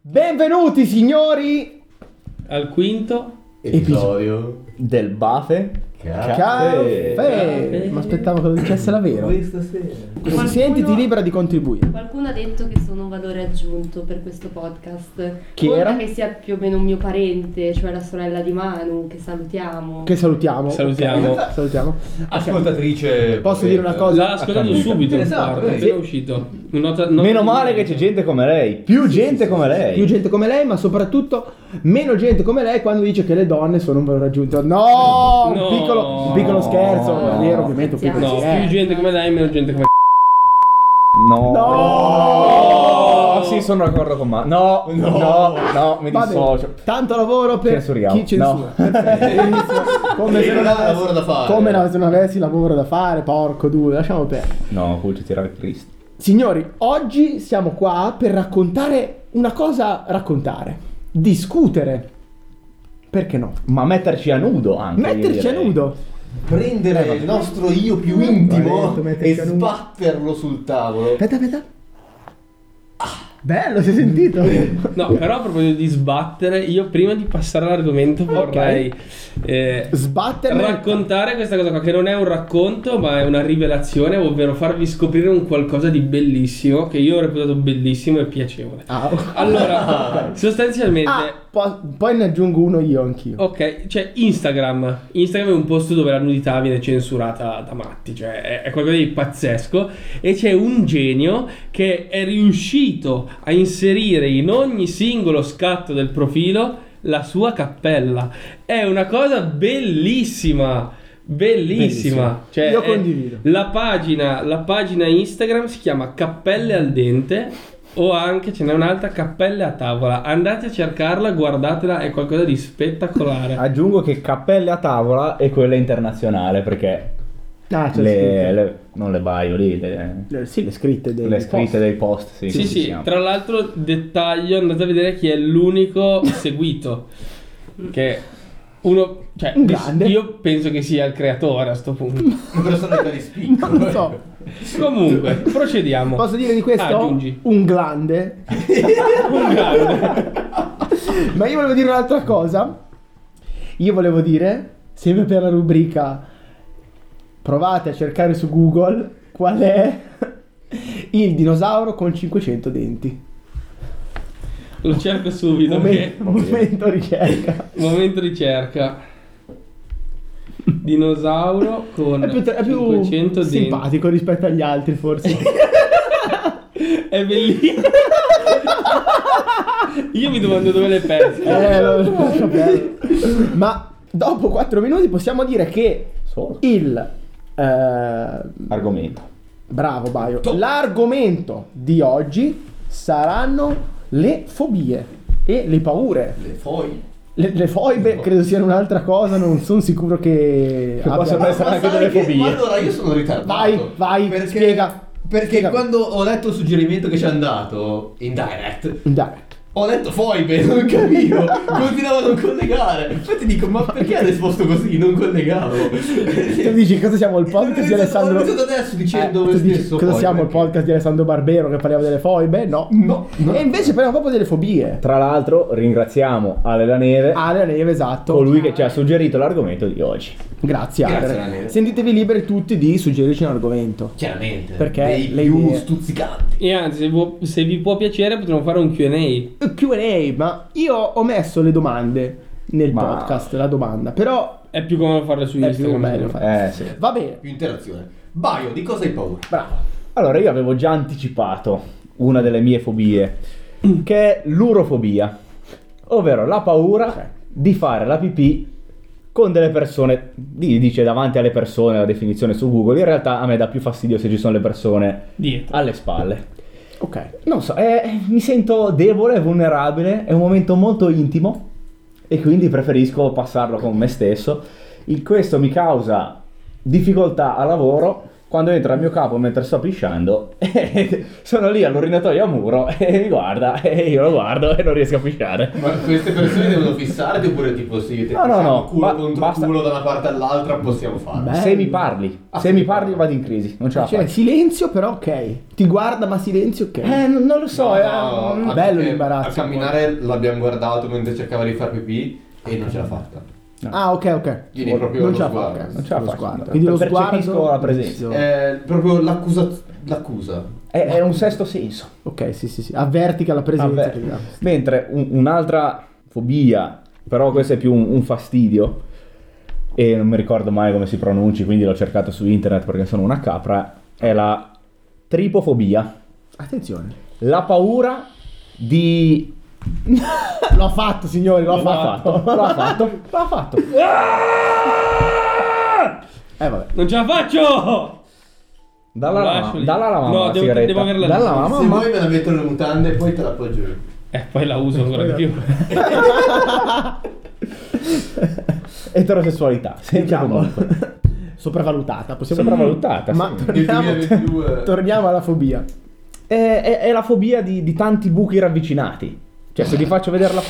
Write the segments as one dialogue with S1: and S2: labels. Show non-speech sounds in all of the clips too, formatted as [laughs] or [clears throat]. S1: Benvenuti signori
S2: Al quinto.
S3: Episodio.
S1: del Bafe
S3: Caffè.
S1: Caffè. Mi aspettavo che lo dicesse la vera.
S3: Questa sera.
S4: Qualcuno-
S1: Sentiti libera di contribuire.
S4: Qualcuno ha detto che sono un valore aggiunto per questo podcast.
S1: Chi
S4: Conta
S1: era?
S4: che sia più o meno un mio parente, cioè la sorella di Manu, che salutiamo.
S1: Che salutiamo.
S2: Salutiamo.
S1: Ok, salutiamo.
S3: Ascoltatrice.
S1: Posso dire una cosa?
S2: L'ha ascoltato subito.
S3: Esatto,
S2: Esatto,
S3: vedi?
S2: appena uscito. Nota- nota-
S5: Meno male che c'è gente come lei, più gente come lei.
S1: Più gente come lei, ma soprattutto meno gente come lei quando dice che le donne sono un valore aggiunto. No! Un
S2: No.
S1: piccolo, un piccolo scherzo.
S5: No.
S1: Era ovviamente un piccolo
S2: No,
S1: scherzo.
S2: più gente come lei, meno gente come
S5: No.
S1: No.
S5: Oh, Sì, sono d'accordo con me. No, no, no, mi
S1: Va bene.
S5: dissocio.
S1: Tanto lavoro per
S5: Censuriamo.
S1: chi censura. Benissimo. Come se non
S3: [laughs] ha
S1: avessi-
S3: lavoro da fare.
S1: Come no, se non avessi lavoro da fare, porco due, lasciamo perdere.
S5: No, Fulci tirare il Cristo.
S1: Signori, oggi siamo qua per raccontare una cosa, raccontare, discutere. Perché no?
S5: Ma metterci a nudo anche. io
S1: Metterci a
S5: direi.
S1: nudo.
S3: Prendere il nostro io più
S1: Vabbè,
S3: intimo
S1: tu metti
S3: e
S1: il canuno.
S3: sbatterlo sul tavolo.
S1: Aspetta, aspetta. Bello, si è
S5: [laughs]
S1: sentito?
S2: No, però a proposito di sbattere, io prima di passare all'argomento vorrei eh,
S1: Sbatterlo.
S2: raccontare questa cosa qua, che non è un racconto, ma è una rivelazione, ovvero farvi scoprire un qualcosa di bellissimo, che io ho reputato bellissimo e piacevole.
S1: Ah, [laughs] ok.
S2: Allora,
S5: [laughs]
S2: sostanzialmente...
S1: Ah, po- poi ne aggiungo uno io anch'io.
S2: Ok, cioè Instagram. Instagram è un posto dove la nudità viene censurata da matti, cioè è, è qualcosa di pazzesco. E c'è un genio che è riuscito a inserire in ogni singolo scatto del profilo la sua cappella. È una cosa bellissima. Bellissima, Cioè,
S1: Io
S2: è-
S1: condivido.
S2: la pagina, la pagina Instagram si chiama Cappelle al dente o anche ce n'è un'altra Cappelle a tavola. Andate a cercarla, guardatela, è qualcosa di spettacolare.
S5: Aggiungo che cappelle a tavola e quella internazionale perché
S1: Ah, c'è
S5: le, le- non le bio lì, le,
S1: scritto. Le- sì, le scritte dei
S5: le scritte dei post, sì.
S2: Sì,
S5: ci
S2: sì,
S5: siamo.
S2: tra l'altro dettaglio, andate a vedere chi è l'unico seguito che uno cioè
S1: Un grande.
S2: io penso che sia il creatore a sto punto.
S3: [laughs] Una persona che li
S5: [laughs]
S3: spicca.
S1: Non lo so.
S2: Comunque, procediamo.
S1: Posso dire di questo?
S2: Ah, Aggiungi.
S1: Un glande.
S2: [laughs] Un grande.
S1: [laughs] Ma io volevo dire un'altra cosa. Io volevo dire, sempre per la rubrica, provate a cercare su Google qual è [laughs] il dinosauro con 500 denti.
S2: Lo cerco subito perché
S1: Momento, momento ricerca.
S2: Momento ricerca. Dinosauro con
S1: È più, è più
S2: 500 denti.
S1: simpatico rispetto agli altri
S2: [laughs]
S1: forse.
S2: È bellissimo. Io mi domando dove le pesca.
S1: Eh, lo- vabbè. Eh, Ma dopo 4 minuti possiamo dire che
S5: Solo.
S1: il... eh,
S5: Argomento.
S1: Bravo Baio. L'argomento di oggi saranno le fobie e le paure.
S3: Le foglie.
S1: Le, le foibe credo siano un'altra cosa, non sono sicuro che...
S5: Che
S1: abbia-
S5: possono essere-
S3: Ma
S5: anche
S3: sai
S5: delle
S3: che-
S5: fobie.
S3: ma allora io sono ritardato.
S1: Vai, vai,
S3: perché,
S1: spiega.
S3: Perché
S1: Spiega.
S3: quando ho letto il suggerimento che ci è andato in direct,
S1: Dai.
S3: ho letto foibe, [laughs] non capivo, continuavo a non collegare. Infatti dico, ma perché ha risposto così? Non collegavo.
S1: Tu dici cosa siamo il podcast di
S3: Ho iniziato-
S1: Alessandro...
S3: ho iniziato adesso cioè, dicendo
S1: Eh, tu
S3: me
S1: dici,
S3: stesso,
S1: cosa
S3: poi,
S1: siamo il
S3: perché-
S1: podcast di Alessandro Barbero che parliamo delle foibe? No.
S3: No, no.
S1: E invece parliamo proprio delle fobie.
S5: Tra l'altro ringraziamo Ale La Neve,
S1: Ale la neve, esatto.
S5: colui che ci ha suggerito l'argomento di oggi.
S1: Grazie,
S3: Grazie,
S1: Ale.
S3: la neve.
S1: Sentitevi liberi tutti di suggerirci un argomento.
S3: Chiaramente.
S1: Perché
S3: dei
S1: le
S3: più
S1: idee-
S3: stuzzicanti.
S2: E anzi, se, vu- se vi può piacere, potremmo fare un QA.
S1: QA, ma io ho messo le domande nel
S5: Ma-
S1: podcast, la domanda, però
S2: È più comodo farlo su
S1: è più
S2: Instagram.
S1: bello
S2: secondo me.
S1: fare.
S5: Eh sì.
S1: Va bene,
S3: Più interazione. Baio, di cosa hai paura?
S1: bravo.
S5: Allora, io avevo già anticipato una delle mie fobie, che è l'urofobia, ovvero la paura di fare la pipì con delle persone, di- dice davanti alle persone la definizione su Google, in realtà a me dà più fastidio se ci sono le persone
S2: Dietro.
S5: alle spalle.
S1: Ok.
S5: Non so, eh, mi sento debole, vulnerabile, è un momento molto intimo e quindi preferisco passarlo con me stesso. Il- questo mi causa difficoltà al lavoro Quando entra il mio capo mentre sto pisciando, [laughs] sono lì all'urinatoio a muro [laughs] e mi guarda e io lo guardo e non riesco a pisciare.
S3: Ma queste persone devono fissarti oppure tipo sì, te
S5: No, no, no,
S3: facciamo culo
S5: ba-
S3: contro
S5: basta-
S3: culo da una parte all'altra possiamo farlo.
S1: Beh.
S5: Se mi parli,
S3: Ah,
S5: se
S3: sì. Ah,
S5: mi parli vado in crisi, non ce la
S1: Cioè,
S5: faccio.
S1: silenzio, però ok. Ti guarda, ma silenzio, ok.
S5: Eh, non non lo so,
S3: No,
S5: eh,
S3: no,
S5: mm.
S3: anche
S1: bello
S3: perché
S1: l'imbarazzo,
S3: A camminare l'abbiamo guardato mentre cercava di far pipì e non ce l'ha fatta.
S1: Ah, ok, ok.
S3: Quindi proprio
S1: non
S3: lo
S1: ce la fa,
S3: sguardo.
S1: ok,
S5: Non ce la
S1: lo
S5: faccio.
S1: sguardo.
S5: Per-
S1: Quindi lo
S5: percepisco
S1: sguardo
S5: la presenza.
S1: inizio.
S3: È Eh, proprio l'accusa l'accusa.
S5: è, è un sesto senso.
S1: Ok, sì, sì, sì. Avverti che la presenza
S5: Vabbè.
S1: che ti dà.
S5: Mentre un- un'altra fobia, però questo è più un, un fastidio, e non mi ricordo mai come si pronunci, quindi l'ho cercato su internet perché sono una capra, è la tripofobia.
S1: Attenzione.
S5: La paura di... [laughs]
S1: L'ho fatto, signori, l'ho
S5: L'ha
S1: fatto.
S5: fatto, [laughs] l'ha fatto, l'ha
S2: [laughs]
S5: fatto.
S1: Eh, vabbè.
S2: Non ce la faccio!
S5: Dalla,
S2: Lascio
S5: lama,
S2: lì.
S5: dalla lama
S2: No,
S5: la
S2: devo-
S5: sigaretta.
S2: devo averla lì.
S5: dalla lama,
S3: Se
S5: ma-
S3: vuoi me la metto nelle mutande e poi te la appoggio io.
S2: Eh, poi la uso ancora di più.
S1: [laughs]
S5: eterosessualità, sempre
S1: Diciamo.
S5: comunque.
S1: Sopravvalutata, possiamo
S5: Sopravvalutata,
S1: Ma
S5: sì.
S1: torniamo,
S3: Nel 2022.
S1: torniamo alla fobia.
S5: È, è- è la fobia di, di tanti buchi ravvicinati. Cioè, se ti faccio vedere
S1: [laughs]
S5: la...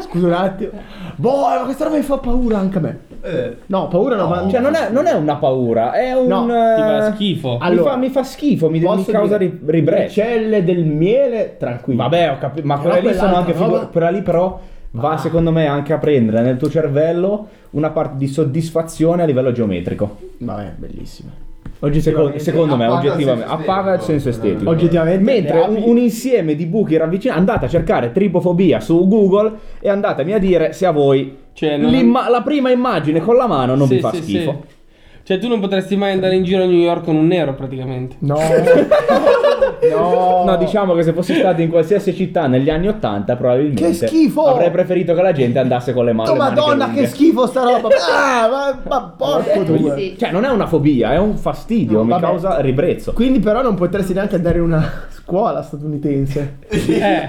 S1: Scusa un attimo. Boh, ma questa roba mi fa paura anche a me.
S3: Eh,
S1: No, paura no, ma
S5: Cioè, non è, non è una paura, è un.
S1: No, ti
S2: Ti fa
S5: eh,
S2: schifo.
S5: mi, fa, mi fa schifo, mi, mi
S1: posso
S5: causa
S1: dire,
S5: ri- ribrezzo.
S1: Le celle del miele, tranquillo.
S5: Cioè, Vabbè, ho capito. Ma
S1: Però
S5: quella lì sono
S1: quell'altra
S5: anche figu-
S1: roba-
S5: Quella lì, però, va
S1: Ah.
S5: secondo me anche a prendere nel tuo cervello una parte di soddisfazione a livello geometrico.
S1: Vabbè, bellissimo.
S5: Oggi, secondo, secondo me,
S3: Appaga il
S5: oggettivamente,
S3: senso
S5: appaga il
S3: estetico.
S5: senso estetico.
S1: Oggettivamente,
S5: Mentre
S1: le
S5: un,
S1: api-
S5: un insieme di buchi ravvicinati, andate a cercare tripofobia su Google e andatemi a dire se a voi
S2: Cioè, non-
S5: l'imma- la prima immagine con la mano non
S2: Sì,
S5: vi fa
S2: sì,
S5: schifo.
S2: sì. Cioè, tu non potresti mai andare in giro a New York con un nero, praticamente.
S1: [laughs] No. no.
S5: No, diciamo che se fossi stato in qualsiasi città negli anni 80 probabilmente
S1: Che schifo!
S5: avrei preferito che la gente andasse con le mani.
S1: Oh, madonna, che schifo sta [laughs] roba. Ah, ma, ma porco due.
S4: Sì.
S5: Cioè, non è una fobia, è un fastidio,
S1: No,
S5: mi
S1: vabbè.
S5: causa ribrezzo.
S1: Quindi però non potresti neanche andare in una scuola statunitense.
S2: Eh,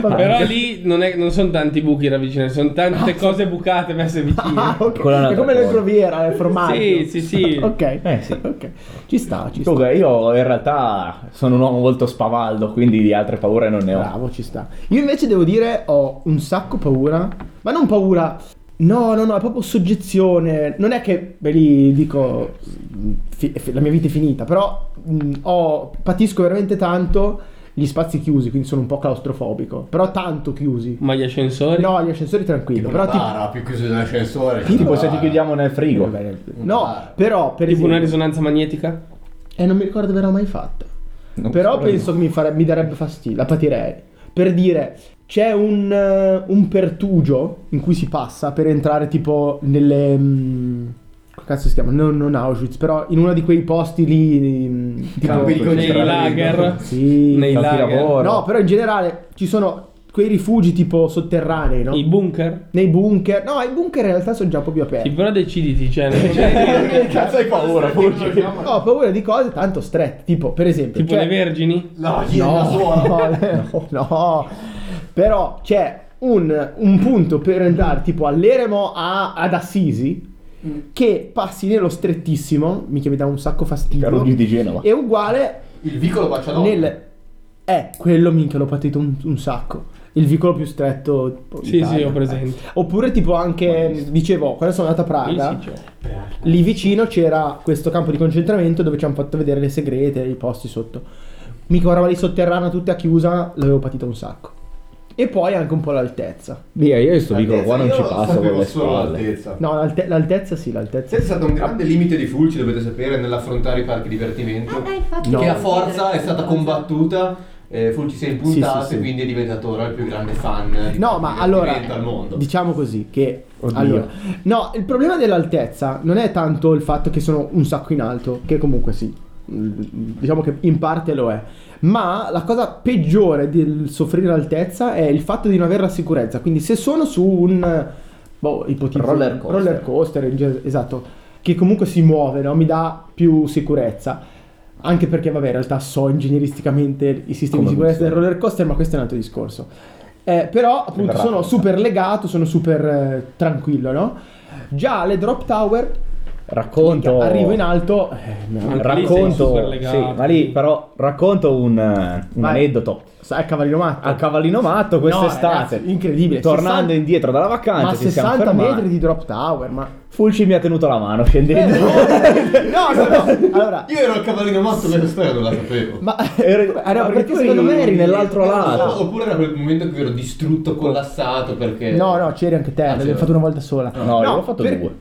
S2: però lì non, è- non sono tanti buchi ravvicinati, sono tante cose bucate messe vicine.
S1: Ah, ok.
S5: Quella è
S1: È
S5: un'altra
S1: come le
S5: cosa.
S1: groviera, il formaggio.
S2: Sì, sì, sì.
S1: Ok.
S5: Eh, sì.
S1: Ok. Ci sta, ci sta.
S5: Comunque, io in realtà sono un uomo molto spavaldo, quindi di altre paure non ne ho.
S1: Bravo, ci sta. Io invece devo dire ho un sacco paura, ma non paura. No, no, no, è proprio soggezione. Non è che beh, lì dico mh, fi- fi- la mia vita è finita, però mh, ho- patisco veramente tanto gli spazi chiusi, quindi sono un po' claustrofobico, però tanto chiusi.
S2: Ma gli ascensori?
S1: No, gli ascensori tranquillo, però tipo
S3: però più chiuso dell'ascensore.
S5: Tipo
S3: una
S5: se ti
S3: bara. [laughs]
S5: chiudiamo nel frigo.
S1: Vabbè, No, però per
S2: Ah, tipo una
S1: esempio,
S2: risonanza magnetica?
S1: e non mi ricordo che l'ho mai fatta.
S5: Non
S1: Però
S5: so,
S1: penso che mi, fare- mi darebbe fastidio, la patirei. Per dire, c'è un, eh, un pertugio in cui si passa per entrare tipo nelle... mm, Come cazzo si chiama? Non, non Auschwitz, però in uno di quei posti lì... mm, Tipo,
S3: Campi di
S2: Nei
S3: concentramento.
S2: lager?
S1: Sì.
S2: Nei
S5: Campi
S2: lager?
S5: lavoro.
S1: No, però in generale ci sono quei rifugi tipo sotterranei, no? Eh.
S2: I bunker?
S1: Nei bunker. No, i bunker in realtà sono già un po' più
S2: Sì,
S1: aperti.
S2: però deciditi, cioè... non come-
S3: Che cazzo hai paura, Fulci?
S1: No, ho paura di cose tanto strette, tipo per esempio... cioè
S2: tipo
S1: c'è-
S2: le vergini?
S3: No, chi è la
S1: [laughs]
S3: suola?
S1: No, eh, no, no. però c'è un, un punto per andare tipo all'eremo a- ad Assisi che passi nello strettissimo, mica mi dà un sacco fastidio,
S5: Carugli di Genova.
S1: è uguale
S3: Il vicolo baciano.
S1: nel... Eh, quello minchia l'ho patito un, un sacco. Il vicolo più stretto. tipo,
S2: Sì,
S1: d'Italia.
S2: sì, ho presente.
S1: Oppure tipo anche, dicevo, quando sono andato a Praga,
S2: Sì, sì, cioè.
S1: Lì vicino c'era questo campo di concentramento dove ci hanno fatto vedere le segrete, i posti sotto. Mica una roba lì sotterranea tutta chiusa, l'avevo patita un sacco. E poi anche un po' l'altezza.
S5: Via, io sto vicolo qua non
S3: Io
S5: ci passo con
S3: sapevo
S5: le
S3: solo
S5: spalle.
S3: l'altezza.
S1: No, l'alte- l'altezza sì, l'altezza.
S3: C'è stato un grande limite di Fulci, dovete sapere, nell'affrontare i parchi
S4: Ah,
S3: divertimento.
S4: dai, infatti
S1: No.
S3: Che
S4: volevo
S3: a forza
S4: chiedere
S3: è stata
S4: questa cosa.
S3: combattuta. eh, Fulci si è
S1: Sì,
S3: impuntato
S1: sì, sì.
S3: e quindi è diventato ora il più grande fan. di
S1: No, ma
S3: parchi divertimento
S1: allora,
S3: Al mondo.
S1: diciamo così che...
S5: Oddio.
S1: Allora, no, il problema dell'altezza non è tanto il fatto che sono un sacco in alto, che comunque sì, mm, diciamo che in parte lo è, ma la cosa peggiore del soffrire l'altezza è il fatto di non avere la sicurezza, quindi se sono su un... Boh, ipotizzo,
S5: Roller coaster.
S1: roller coaster, in ge- esatto, che comunque si muove, no? mi dà più sicurezza. Anche perché, vabbè, in realtà so ingegneristicamente i sistemi
S5: Come
S1: di sicurezza del
S5: funziona.
S1: roller coaster, ma questo è un altro discorso. Eh, però appunto
S5: verrà
S1: sono
S5: fatta.
S1: super legato, sono super eh, tranquillo, no? Già le drop tower
S5: racconto
S1: Arrivo in alto. eh, no.
S2: Anche lì sei super
S5: racconto
S2: legato.
S5: sì, ma lì però racconto un, eh, un
S1: Vai.
S5: aneddoto
S1: Sa- Cavallino matto.
S5: a cavallino matto quest'estate
S1: ragazzi, incredibile.
S5: tornando
S1: 60
S5: indietro dalla vacanza
S1: ma
S5: ci siamo
S1: 60
S5: fermati.
S1: metri di Eh, drop tower,
S5: [laughs]
S1: ma...
S5: Fulci mi ha tenuto la mano scendendo
S1: No, no, no. Allora,
S3: Io ero a cavallino matto questa storia non la sapevo.
S1: ma...
S5: Ero-
S1: Ah, no,
S5: ma perché
S1: poi-
S5: secondo me eri nell'altro
S3: Eh,
S5: lato
S3: Oppure era quel momento in cui ero distrutto, collassato perché...
S1: No, no, c'eri anche te,
S3: Ah,
S1: l'abbiamo
S3: c'ero.
S1: fatto una volta sola.
S5: no, io l'ho fatto
S1: per-
S5: due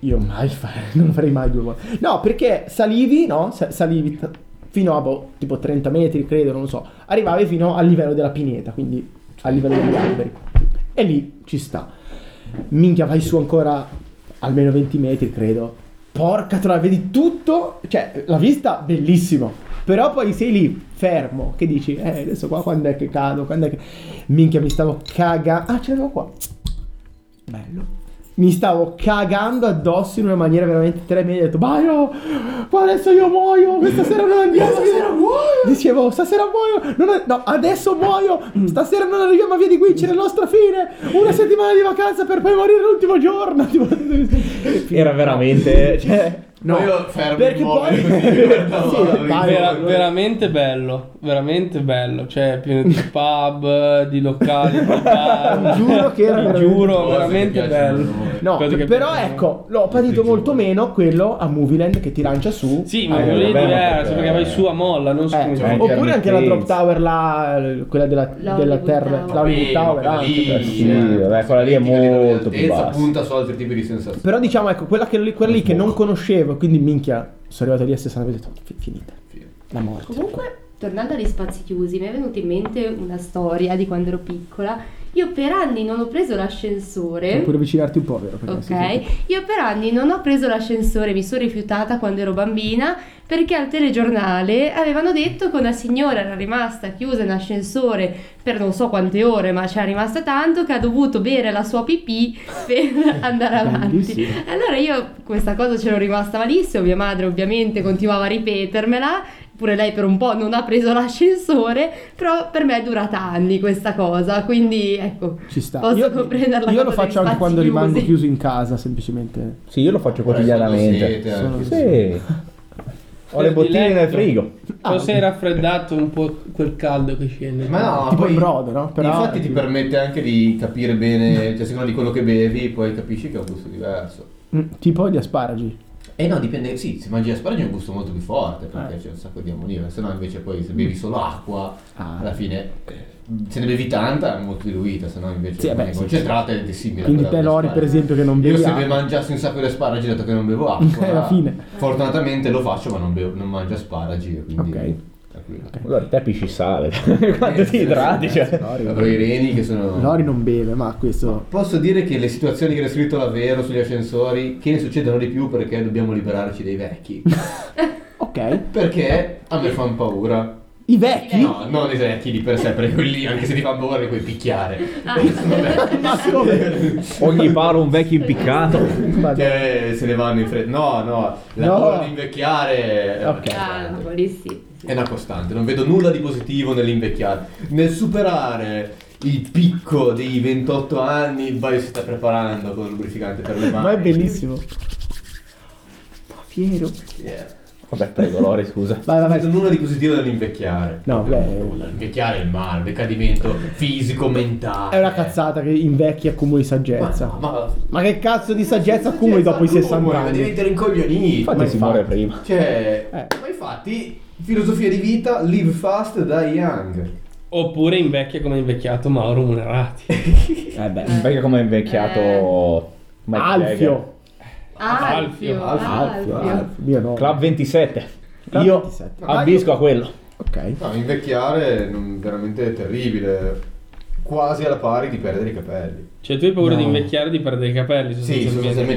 S1: Io mai fa- [laughs] non lo farei mai due volte. No, perché salivi, no? Sa- salivi t- fino a boh, tipo 30 metri, credo, non lo so. Arrivavi fino al livello della pineta, quindi al livello degli alberi. E lì ci sta. Minchia, vai su ancora almeno 20 metri, credo. Porca troia, vedi tutto, cioè la vista bellissimo. Però poi sei lì fermo che dici, eh, adesso qua quando è che cado, quando è che minchia mi stavo cagando. Ah, ce l'avevo qua. Bello. Mi stavo cagando addosso in una maniera veramente tremenda. Ho detto, Baio, ma adesso io muoio. Questa sera non andiamo. Stasera muoio. Dicevo, stasera muoio. non a- no, adesso muoio.
S2: Mm.
S1: Stasera non arriviamo a via di Guinci. La nostra fine. Una settimana di vacanza per poi morire l'ultimo giorno. [laughs] Tipo- [laughs]
S5: era veramente
S2: Eh,
S5: cioè,
S1: No,
S3: Ma io fermo
S1: perché
S3: il
S1: poi.
S3: mobile così, guardavo,
S1: Sì,
S3: guardavo,
S1: vai,
S3: guardavo.
S2: Vera- veramente bello, veramente bello. Cioè, pieno di pub, di locali, di
S1: [laughs]
S2: bar.
S1: Giuro che era
S2: Ti
S1: veramente-
S2: giuro,
S3: Cose che
S2: veramente
S3: piacciono
S2: bello.
S3: a noi.
S1: No,
S2: Cose che
S1: però
S2: piacciono.
S1: ecco, l'ho patito
S3: Tutti
S1: molto
S3: giorni.
S1: meno quello a Movieland che ti lancia su.
S2: Sì, ma
S5: Eh,
S2: quello lì è
S5: vabbè, ma
S2: diverso perché...
S5: perché-
S2: vai su a molla, non su
S1: Eh,
S2: come si
S5: cioè,
S2: chiama.
S1: oppure anche la drop tower, la, quella della,
S4: La
S1: della
S4: Hollywood
S1: terra,
S4: Tower.
S1: la Hollywood Tower.
S3: Quella
S1: anche
S3: lì,
S1: quella.
S5: sì, vabbè, quella lì è
S3: il livello di
S5: molto più
S3: altezza
S5: bassa.
S3: punta su altri tipi di sensazioni.
S1: Però diciamo, ecco, quella, che, quella lì che non conoscevo, quindi minchia, sono arrivato lì a 60 metri e ho detto, "Fi- finita, la morte.
S4: Comunque, tornando agli spazi chiusi, mi è venuta in mente una storia di quando ero piccola. Io per anni non ho preso l'ascensore.
S1: Puoi pure avvicinarti un po', vero? Perché si
S4: Ok,
S1: sente.
S4: io per anni non ho preso l'ascensore, mi sono rifiutata quando ero bambina perché al telegiornale avevano detto che una signora era rimasta chiusa in ascensore per non so quante ore, ma c'era rimasta tanto che ha dovuto bere la sua pipì [laughs] per andare avanti.
S1: Bellissimo.
S4: Allora io questa cosa ce l'ho rimasta malissimo, mia madre ovviamente continuava a ripetermela, pure lei per un po' non ha preso l'ascensore, però per me è durata anni questa cosa, quindi ecco,
S1: Ci sta.
S4: Posso
S1: io
S4: comprenderla
S1: io lo
S4: cosa degli
S1: faccio anche
S4: spazi
S1: quando
S4: chiusi.
S1: rimango chiuso in casa, semplicemente.
S5: sì io lo faccio quotidianamente
S3: eh.
S1: Sono-
S5: sì ho le
S2: Di
S5: bottiglie nel
S2: letto.
S5: frigo
S2: Però sei raffreddato un po' quel caldo che scende.
S3: Ma no,
S1: Tipo
S3: poi,
S1: il brodo, no? Però-
S3: infatti ti permette anche di capire bene, cioè a seconda di quello che bevi, poi capisci che ha un gusto diverso.
S1: Mm, tipo gli asparagi.
S3: Eh no, dipende, sì, se mangi asparagi ha un gusto molto più forte
S1: Eh.
S3: perché c'è un sacco di ammonire, se no invece poi se bevi solo acqua,
S1: Mm. Ah.
S3: alla fine eh, se ne bevi tanta è molto diluita, se no invece
S1: Sì, vabbè,
S3: è
S1: sì,
S3: concentrata ed è simile. a
S1: Quindi
S3: quella
S1: te,
S3: delle
S1: Lori, per
S3: asparagi.
S1: esempio, che non
S3: Io
S1: bevi
S3: se
S1: acqua.
S3: mi mangiassi un sacco di asparagi dato che
S1: [laughs]
S3: non bevo acqua,
S1: Alla fine.
S3: fortunatamente lo faccio ma non, bevo, non mangio asparagi,
S1: Ok.
S3: quindi
S1: Eh,
S3: tranquillo.
S5: allora te pisci sale [laughs] quanto ti idrati cioè.
S1: Lori,
S3: Avrò i reni che sono...
S1: Lori non beve, ma questo...
S3: Posso dire che le situazioni che ha scritto la Vero sugli ascensori, che ne succedono di più perché dobbiamo liberarci dei vecchi.
S1: [laughs] Ok.
S3: Perché a me fanno paura.
S1: I vecchi?
S3: Eh, No, non i vecchi di per sé, perché quelli, anche se ti fanno paura, li puoi picchiare.
S4: [laughs]
S1: [laughs]
S3: Vabbè.
S1: Ma come?
S5: ogni palo un vecchio impiccato
S1: Vado.
S3: Che se ne vanno in fretta. No, no, la
S1: No.
S3: paura di invecchiare eh, è-
S1: Ok.
S4: ah, no, lì sì.
S3: è una costante. Non vedo nulla di positivo nell'invecchiare. Nel superare il picco dei 28 anni, vai si sta preparando con il lubrificante per le mani. [laughs]
S1: Ma è bellissimo. Fiero.
S3: Yeah.
S5: vabbè prego Lori scusa
S1: Vai, vai,
S3: Non vedo
S1: vai.
S3: nulla di positivo nell'invecchiare.
S1: No, beh.
S3: L'invecchiare è il male, il decadimento fisico, mentale.
S1: È una cazzata che invecchi accumuli saggezza.
S3: Ma, ma, Cioè,
S1: Ma che cazzo di saggezza accumuli dopo i 60
S3: Ma
S1: anni?
S3: diventi rincoglionito.
S5: infatti
S1: Ma
S5: si
S1: infatti.
S5: muore prima
S3: Cioè,
S1: Eh.
S3: ma infatti, filosofia di vita, live fast, die young.
S2: Oppure invecchia come è invecchiato, ma remunerati.
S5: eh beh invecchia come è invecchiato Mike
S1: Eh.
S5: Jagger.
S1: Alfio.
S4: Alfio,
S2: Alfio,
S4: Alfio.
S1: Mio no.
S5: Club 27
S1: Club
S5: io
S1: 27.
S5: abbisco
S1: [laughs]
S5: a quello
S1: Ok.
S3: No, invecchiare è non- veramente terribile. Quasi alla pari di perdere i capelli.
S2: Cioè, tu hai paura
S1: No.
S2: di invecchiare e di perdere i capelli,
S3: Sì,
S2: sostanzialmente.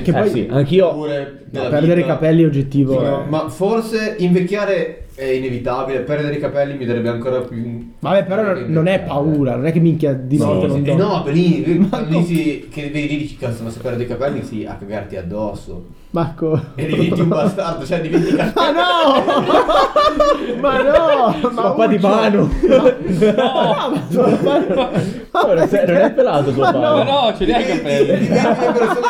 S3: sostanzialmente.
S1: Che
S5: eh
S1: poi-
S5: sì anch'io
S3: Oppure della
S1: Perdere i
S3: vita.
S1: capelli è oggettivo. eh.
S3: Sì,
S1: è-
S3: no, ma forse invecchiare è inevitabile. Perdere i capelli mi darebbe ancora più.
S1: Vabbè, però non è paura, non è che minchia di
S5: No,
S1: notte
S5: sì.
S1: non
S3: Eh
S1: dormo. [laughs]
S3: no, per lì,
S1: Ma
S3: quando
S1: no.
S3: dici che vedi lì dici cazzo, ma se perdo i capelli sì, a
S1: [laughs]
S3: cagarti addosso.
S1: Marco.
S3: E diventi un bastardo, cioè
S1: [laughs]
S3: diventi
S1: Ma no! ma no! Ma
S5: Papà di
S1: Uccio!
S5: mano.
S1: [laughs] No, ma sono
S5: [laughs] Ora, se- non è pelato tuo
S1: Ma no.
S2: Ma
S5: padre.
S2: no, ce li hai i capelli.
S3: diventi [laughs] una persona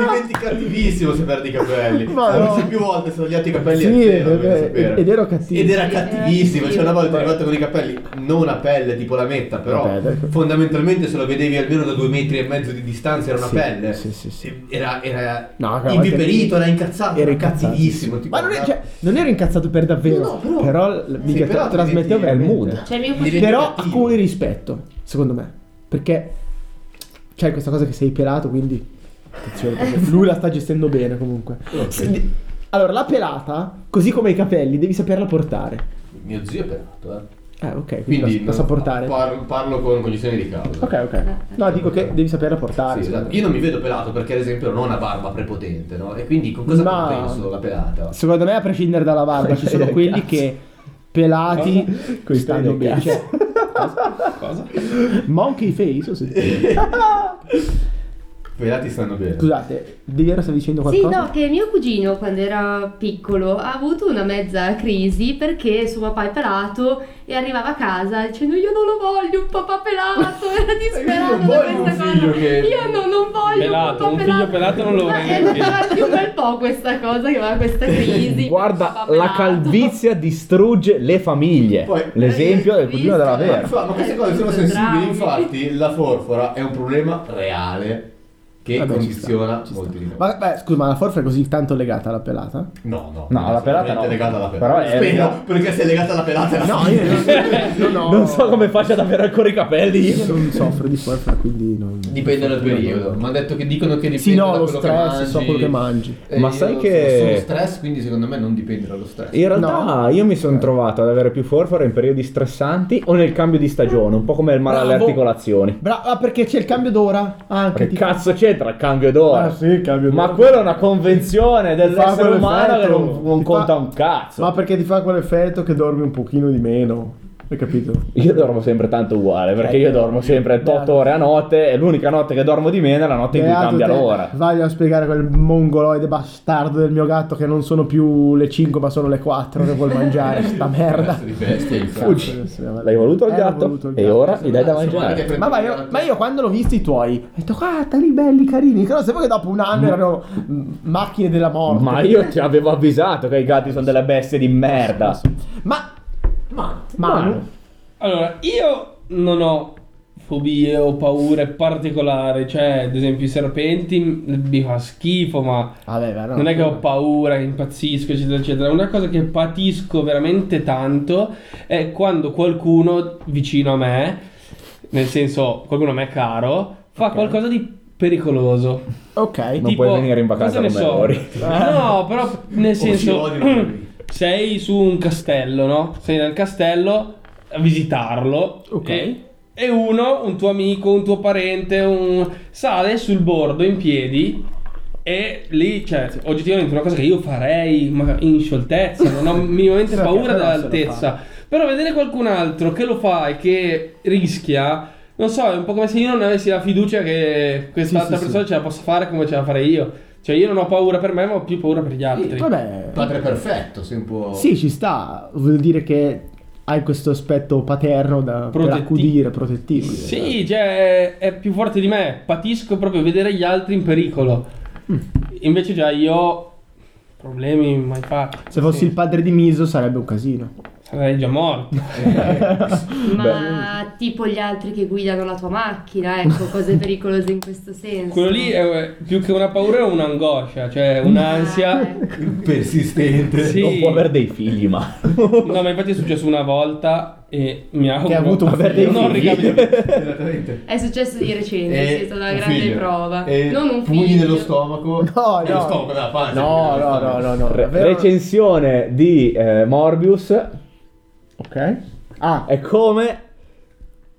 S3: diventi cattivissimo se perdi i capelli.
S1: Ma
S3: Ma
S1: no.
S3: più volte sono tagliati i capelli
S1: Sì,
S3: a zero,
S1: vabbè,
S3: per sapere.
S1: ed ero cattivo.
S3: Ed era cattivissimo,
S4: Sì,
S3: cioè una volta
S1: sì.
S3: è arrivato con i capelli non a pelle tipo la metta, però
S1: Vabbè, dai.
S3: fondamentalmente se lo vedevi almeno da due metri e mezzo di distanza era una
S1: Sì,
S3: pelle.
S1: sì, sì, sì.
S3: Era, era
S1: No, cavolo,
S3: inviperito,
S1: anche-
S3: era incazzato,
S1: Era
S3: era
S1: incazzato,
S3: cattivissimo. ti
S1: Ma non, è,
S3: guardava.
S1: cioè, non ero incazzato per davvero.
S3: No, no, però-
S1: però l- mica
S3: però
S1: te- trasmettevo il
S3: diventi-
S1: mood.
S4: Cioè, il mio
S3: Diventi-
S1: Però a
S3: cattivo.
S1: cui rispetto, secondo me. Perché c'è questa cosa che sei pelato, quindi. attenzione,
S3: [laughs]
S1: perché lui la sta gestendo bene comunque.
S3: Ok.
S1: Se- Allora, la pelata, così come i capelli, devi saperla portare.
S3: Mio zio è pelato, eh.
S1: Eh, ok, quindi,
S3: Quindi Ah,
S1: la, la sa
S3: non-
S1: portare.
S3: Parlo, parlo con cognizione di causa.
S1: Ok, ok. No, dico che devi saperla portare.
S3: Sì, esatto.
S1: secondo me.
S3: Io non mi vedo pelato perché, ad esempio, non ho una barba prepotente, no? E quindi con cosa
S1: Ma-
S3: compenso la pelata?
S1: Secondo me, a prescindere dalla barba, ci sono
S5: Cazzo.
S1: quelli che pelati
S5: Coi
S1: stanno
S5: peli del
S1: bene. Cioè,
S2: Cosa?
S1: monkey face, o
S5: [laughs]
S1: sì.
S3: Pelati stanno bene.
S1: Scusate, Divero sta dicendo
S4: Sì,
S1: qualcosa?
S4: no, che mio cugino quando era piccolo ha avuto una mezza crisi perché suo papà è pelato e arrivava a casa dicendo io non lo voglio un papà pelato,
S2: [laughs]
S4: era disperato
S3: non
S4: da
S3: voglio un
S4: questa
S3: figlio
S4: cosa.
S3: che-
S4: Io no, non voglio
S2: Pelato,
S4: un
S2: un
S4: papà
S2: figlio
S4: pelato.
S2: pelato non lo
S4: Ma
S2: vorrei
S4: è
S2: neanche io.
S4: durata anche un bel po' questa cosa che
S2: [laughs]
S4: aveva questa crisi.
S5: Guarda,
S4: Papà
S5: la
S4: pelato.
S5: calvizia distrugge le famiglie.
S3: Poi-
S5: L'esempio
S1: eh,
S5: del cugino della
S4: Visto?
S5: Vera.
S3: Fa- ma queste cose sono
S4: Eh,
S3: sensibili,
S4: traumi.
S3: infatti la forfora è un problema reale che
S1: Vabbè, ci
S3: condiziona
S1: sta, ci
S3: molti di noi.
S1: sta. Ma beh, scusa, ma la forza è così tanto legata alla pelata?
S3: No, no.
S5: No, alla pelata
S3: sicuramente
S5: no.
S3: è legata alla
S5: Però
S3: pelata.
S5: è-
S3: Spero, perché se è legata alla pelata è la
S1: No,
S3: fine.
S1: io
S5: [laughs]
S1: non, no, no.
S5: Non so come faccia ad avere ancora i capelli.
S1: Io non soffro di forza, quindi non...
S3: Dipende dal periodo, ma ha detto che dicono che dipende
S1: Sì, no,
S3: da
S1: lo
S3: quello che
S1: stress,
S3: mangi.
S1: so quello che mangi.
S3: Eh,
S5: Ma
S3: io
S5: sai
S3: sono-
S5: che-
S3: sono stress, quindi secondo me non dipende dallo stress.
S5: In realtà io mi sono trovato ad avere più forfora in periodi stressanti o nel cambio di stagione, un po' come il male alle
S1: Bravo.
S5: articolazioni.
S1: Bra- ah, perché c'è il cambio d'ora? Ah, Anche
S5: Che
S1: tipo-
S5: cazzo c'entra il cambio d'ora?
S1: Ah, sì, il cambio
S5: Ma
S1: d'ora.
S5: quella è una convenzione
S1: Fa
S5: dell'essere umano che
S1: quell'effetto.
S5: non, non
S1: Ti fa-
S5: conta un cazzo.
S1: Ma perché ti fa quell'effetto che dormi un pochino di meno, hai capito?
S5: Io dormo sempre tanto uguale, perché
S1: Eh,
S5: io dormo sempre
S1: Beato.
S5: 8 ore a notte e l'unica notte che dormo di meno è la notte in cui
S1: Beato
S5: cambia
S1: te.
S5: l'ora.
S1: Vai a spiegare quel mongoloide bastardo del mio gatto che non sono più le 5 ma sono le 4 che vuol
S3: [laughs]
S1: mangiare, [laughs] sta merda.
S3: Di bestie, infatti.
S5: Fuggi.
S1: Sì, vabbè.
S5: L'hai voluto il
S1: Eh,
S5: gatto?
S1: l'ho voluto il
S5: e
S1: gatto.
S5: ora gli dai da
S3: Insomma,
S5: mangiare.
S3: anche
S1: Ma, vai, io- ma io quando l'ho visto i tuoi, ho detto guarda lì belli carini, però sapevo che dopo un anno erano mm, macchine della morte.
S5: Ma io ti avevo avvisato che i gatti sono delle bestie di merda.
S1: Ma
S3: Ma
S1: Manu,
S2: Allora, io non ho fobie o paure particolari, cioè ad esempio i serpenti mi fa schifo, ma
S1: Vabbè, vabbè, no.
S2: non è che ho paura, che impazzisco, eccetera, eccetera. Una cosa che patisco veramente tanto è quando qualcuno vicino a me, nel senso qualcuno a me caro, fa qualcosa di pericoloso.
S1: Ok.
S5: Non puoi venire in vacanza
S2: cosa ne
S5: con me,
S2: so?
S5: Lori.
S2: No, però nel senso
S3: odio, non voglio.
S2: [clears throat] sei su un castello, no? Sei nel castello a visitarlo.
S1: Ok.
S2: E, e uno, un tuo amico, un tuo parente, un- sale sul bordo in piedi. E lì, cioè, oggettivamente una cosa che io farei ma in scioltezza, non ho
S5: [laughs]
S2: minimamente
S1: Sì,
S2: paura
S1: però se lo
S2: dell'altezza. Però vedere qualcun altro che lo fa e che rischia, non so, è un po' come se io non avessi la fiducia che quest'altra
S1: sì, sì.
S2: persona ce la possa fare come ce la farei io. Cioè, io non ho paura per me, ma ho più paura per gli altri.
S1: Vabbè.
S3: Padre perfetto, sei un po'.
S1: Sì, ci sta. Vuol dire che hai questo aspetto paterno da per
S2: Protettivo.
S1: accudire, protettivo.
S2: Sì, cioè, è più forte di me. Patisco proprio vedere gli altri in pericolo.
S1: Mm.
S2: Invece, già io. Problemi mai fatti.
S1: Se fossi
S2: Sì,
S1: il padre di Miso sarebbe un casino.
S2: sarei
S1: [laughs]
S2: già morto.
S3: Eh,
S4: Ma tipo gli altri che guidano la tua macchina, ecco, cose pericolose in questo senso.
S2: Quello lì è più che una paura, è un'angoscia, cioè un'ansia.
S1: [laughs]
S4: Ah, ecco.
S3: Persistente.
S2: Sì.
S5: Non può avere dei figli, ma.
S2: No, ma infatti è successo una volta e mi auguro
S1: Che ha avuto un
S2: Vabbè,
S1: figlio.
S2: non ricapita-
S3: Esattamente. Eh,
S4: È successo di recente,
S2: Eh,
S4: sì, è stata una
S3: un
S4: grande
S3: figlio.
S4: prova.
S3: E
S4: non un
S3: pugni
S4: figlio.
S3: nello stomaco.
S1: [laughs] No,
S3: E
S1: no.
S3: Lo stomaco della pancia.
S1: No, no, no, no, no.
S5: Re-
S1: davvero-
S5: recensione di eh, Morbius
S1: Ok. Ah,
S5: è come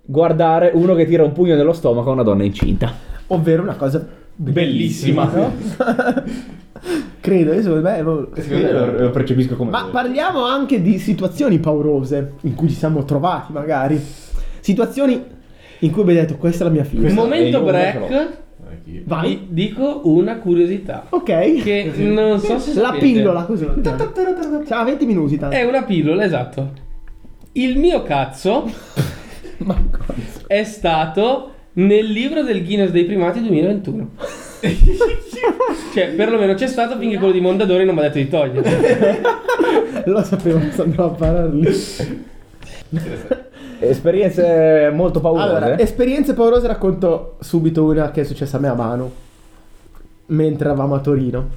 S5: guardare uno che tira un pugno nello stomaco a una donna incinta.
S1: ovvero una cosa
S5: Bellissima.
S1: no? [laughs] Credo, adesso beh, lo-
S3: Secondo me
S5: lo,
S3: lo-
S5: lo percepisco come...
S1: Ma parliamo anche di situazioni paurose in cui ci siamo trovati, magari. Situazioni in cui abbiamo detto questa è la mia figlia.
S5: Questa- eh,
S2: Momento
S5: io non
S2: break.
S3: Anch'io.
S1: Vai.
S2: Vi dico una curiosità.
S1: Ok.
S2: Che non so se
S1: La
S2: sapete. Eh.
S1: pillola così. Siamo a 20 minuti tanto.
S2: È una pillola, esatto. Il mio
S1: [laughs]
S2: cazzo
S1: Ma cosa?
S2: è stato nel libro del Guinness dei primati 2021.
S1: [laughs]
S2: Cioè, perlomeno c'è stato finché quello di Mondadori non mi ha detto
S1: [laughs]
S2: di toglierlo.
S1: Lo sapevo che sto andando a parlare lì.
S5: Esperienze molto paurose.
S1: Allora, esperienze paurose racconto subito una che è successa a me a mano. Mentre eravamo a Torino.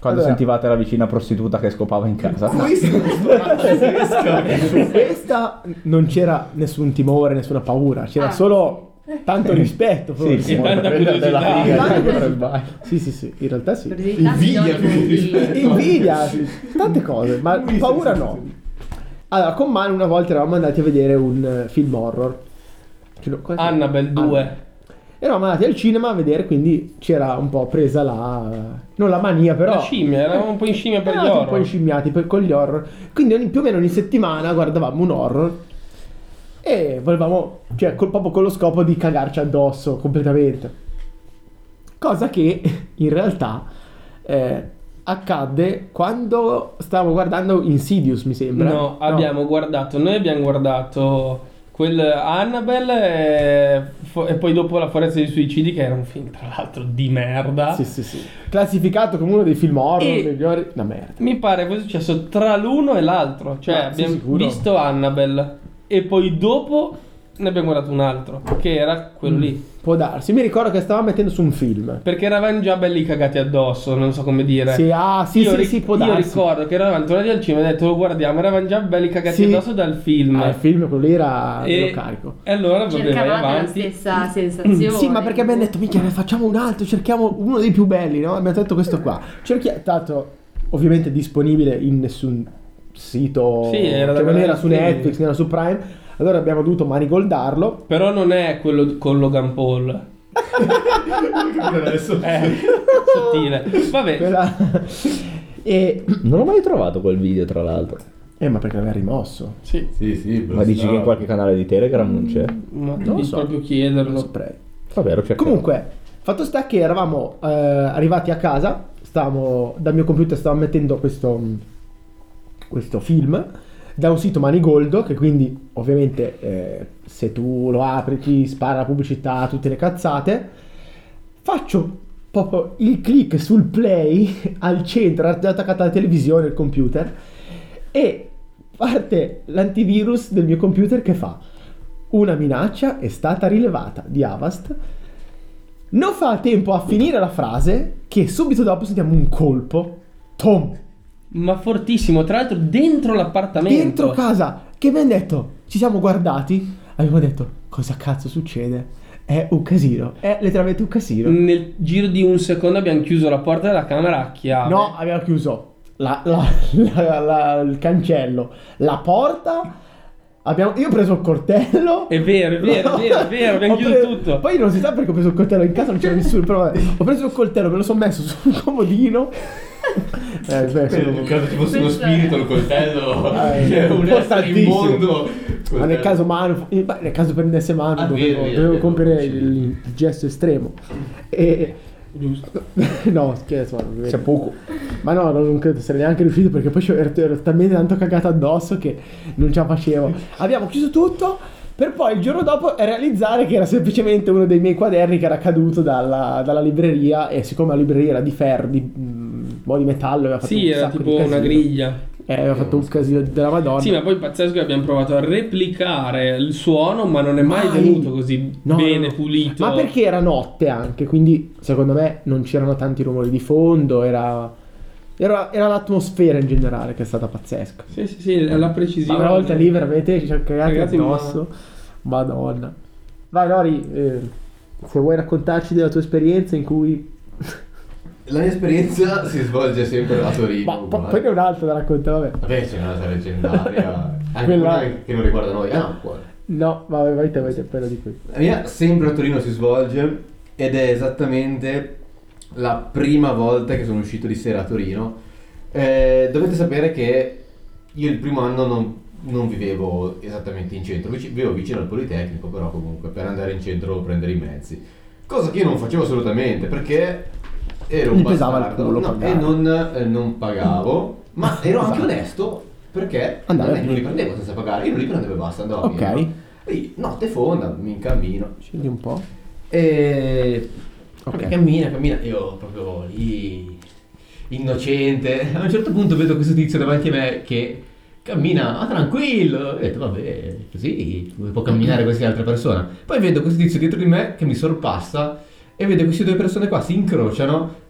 S5: Quando
S1: allora.
S5: sentivate la vicina prostituta che scopava in
S1: [laughs]
S5: casa.
S1: Su questa non c'era nessun timore, nessuna paura, c'era
S4: Ah.
S1: solo tanto rispetto. forse.
S2: sì. tanta curiosità.
S1: [laughs] Sì, sì, sì, in realtà sì.
S4: Curiosità,
S3: Invidia
S4: sinonimo
S3: più che
S4: di-
S3: rispetto.
S1: Invidia, sì, tante cose, ma paura no. Allora, con Manu una volta eravamo andati a vedere un eh, film horror. Che lo- quasi-
S2: Annabelle
S1: Ah,
S2: 2.
S1: Eravamo andati al cinema a vedere, quindi c'era un po' presa la... Non la mania, però...
S2: La scimmia, eravamo un po' in scimmia per gli
S1: Eravamo un po'
S2: horror.
S1: inscimmiati per- con gli horror. Quindi ogni- più o meno ogni settimana guardavamo un horror e volevamo, cioè col- proprio con lo scopo di cagarci addosso completamente. Cosa che in realtà eh, accadde quando stavamo guardando Insidious, mi sembra.
S2: No, abbiamo guardato, noi abbiamo guardato quel Annabelle e, fo- e poi dopo La foresta dei suicidi che era un film tra l'altro di merda.
S1: Sì, sì, sì. Classificato come uno dei film horror
S2: E-
S1: migliori. Una merda.
S2: Mi pare fosse successo tra l'uno e l'altro, cioè
S1: Ma, Ah, sì,
S2: abbiamo
S1: sicuro.
S2: visto Annabelle e poi dopo ne abbiamo guardato un altro che era quello
S1: Mm.
S2: lì.
S1: Può darsi. Mi ricordo che stavamo mettendo su un film.
S2: Perché eravamo già belli cagati addosso, non so come dire.
S1: Sì, ah, sì,
S2: Eh. io
S1: sì,
S2: ri-
S1: sì, può
S2: io
S1: darsi.
S2: ricordo che eravamo tornati al cinema e ho detto lo guardiamo, eravamo già belli cagati
S1: Sì.
S2: addosso dal film.
S1: Ah, il film quello lì era...
S2: E-
S1: me lo carico.
S2: E allora vabbè, vai
S4: Cercavate la
S2: avanti.
S4: stessa sensazione.
S1: Mm. Sì, ma perché abbiamo detto, minchia, ne facciamo un altro, cerchiamo uno dei più belli, no? Abbiamo detto questo qua. Cerchiamo, tanto, ovviamente disponibile in nessun sito,
S2: Sì,
S1: cioè,
S2: era da
S1: non era
S2: guardare
S1: su
S2: in streaming.
S1: Netflix, non era su Prime, allora abbiamo dovuto manigoldarlo.
S2: Però non è quello con Logan Paul.
S3: Adesso
S2: Eh,
S1: [laughs]
S2: sottile. Vabbè,
S1: Quella- e...
S5: Non ho mai trovato quel video, tra l'altro.
S1: Eh, ma perché l'aveva rimosso?
S2: sì,
S3: Sì, sì,
S5: Ma dici che in qualche canale di Telegram non c'è?
S2: ma
S1: lo
S2: devi
S1: so.
S2: proprio
S1: Non
S2: chiederlo.
S1: saprei.
S5: Vabbè, lo cerco.
S1: Comunque, fatto sta che eravamo eh, arrivati a casa, stavamo, dal mio computer stavamo mettendo questo, mm, questo film da un sito manigoldo che quindi ovviamente eh, se tu lo apri ti spara la pubblicità, tutte le cazzate. Faccio proprio il click sul play [laughs] al centro, attaccato alla televisione, il computer e parte l'antivirus del mio computer che fa una minaccia è stata rilevata di Avast. Non fa tempo a finire la frase che subito dopo sentiamo un colpo. Tom,
S2: Ma fortissimo, tra l'altro dentro l'appartamento.
S1: dentro casa, che mi hanno detto, ci siamo guardati, abbiamo detto, cosa cazzo succede? È un casino, è letteralmente un casino.
S2: Nel giro di un secondo abbiamo chiuso la porta della camera a chiave.
S1: No, abbiamo chiuso la- la- la- la- il cancello, la porta, abbiamo- io ho preso il coltello.
S2: È vero, è vero, è vero, è vero,
S1: [laughs]
S2: abbiamo
S1: Ho
S2: chiuso
S1: preso-
S2: tutto.
S1: Poi non si sa perché ho preso il coltello in casa, non c'era nessuno. Però vabbè. ho preso il coltello, me lo sono messo sul
S2: [laughs]
S1: comodino. Eh, beh, sono-
S3: Nel caso ci fosse uno
S4: Pensa-
S3: spirito, il coltello
S1: Ah,
S3: [laughs]
S1: è
S3: è un essere
S1: importantissimo.
S3: immondo.
S1: Ma nel caso mano, beh, nel caso prendesse mano,
S3: Ah,
S1: dovevo,
S3: vero, vero,
S1: dovevo
S3: vero,
S1: compiere
S3: sì.
S1: il, il gesto estremo. E...
S2: Giusto.
S1: [laughs] no, scherzo. ma non-
S5: C'è poco.
S1: Ma no, non non credo sarei neanche riuscito perché poi ci ero, ero talmente tanto cagato addosso che non ce la facevo. Abbiamo chiuso tutto per poi il giorno dopo realizzare che era semplicemente uno dei miei quaderni che era caduto dalla, dalla libreria e siccome la libreria era di ferro, di, mh, boh, di metallo, aveva fatto
S2: Sì,
S1: un
S2: era
S1: sacco di
S2: tipo una
S1: casino.
S2: griglia.
S1: Eh, aveva fatto un casino della madonna.
S2: Sì, ma poi pazzesco che abbiamo provato a replicare il suono, ma non è mai,
S1: Mai.
S2: venuto così
S1: No,
S2: bene,
S1: no, no.
S2: pulito.
S1: Ma perché era notte anche, quindi secondo me non c'erano tanti rumori di fondo, era, era, era l'atmosfera in generale che è stata pazzesca.
S2: Sì, sì, sì, la
S1: Ma
S2: precisione.
S1: una volta lì veramente ci siamo cagati
S2: Cagati in
S1: addosso. Madonna. Vai Nori, eh, se vuoi raccontarci della tua esperienza in cui...
S3: La mia esperienza si svolge sempre a Torino.
S1: Ma po-
S3: uguale.
S1: poi ne è un'altra da raccontare, vabbè.
S3: Vabbè, c'è un'altra leggendaria. Anche
S1: Quella-
S3: una che non riguarda noi. Ah, no, qua.
S1: No, vabbè, vai te, vai te, quella di qui.
S3: La mia sempre a Torino si svolge ed è esattamente la prima volta che sono uscito di sera a Torino, eh, dovete sapere che io il primo anno non, non vivevo esattamente in centro, vic- vivevo vicino al Politecnico, però comunque per andare in centro dovevo prendere i mezzi. Cosa che io non facevo assolutamente perché ero un
S1: Mi pesava il
S3: bastardo
S1: culo
S3: no,
S1: pagare.
S3: e non, eh, non pagavo, ma ero anche onesto perché
S1: Andava
S3: non, è
S1: a
S3: che non li prendevo senza pagare, io non li prendevo e basta, andavo
S1: Ok.
S3: via. no? Lì, notte fonda, mi incammino.
S1: Scendi un po'.
S3: E
S1: Ok.
S3: vabbè, cammina, cammina. Io proprio lì, innocente. A un certo punto vedo questo tizio davanti a me che cammina ah, tranquillo. Ho detto, vabbè, così come può camminare questa altra persona. Poi vedo questo tizio dietro di me che mi sorpassa e vedo queste due persone qua si incrociano.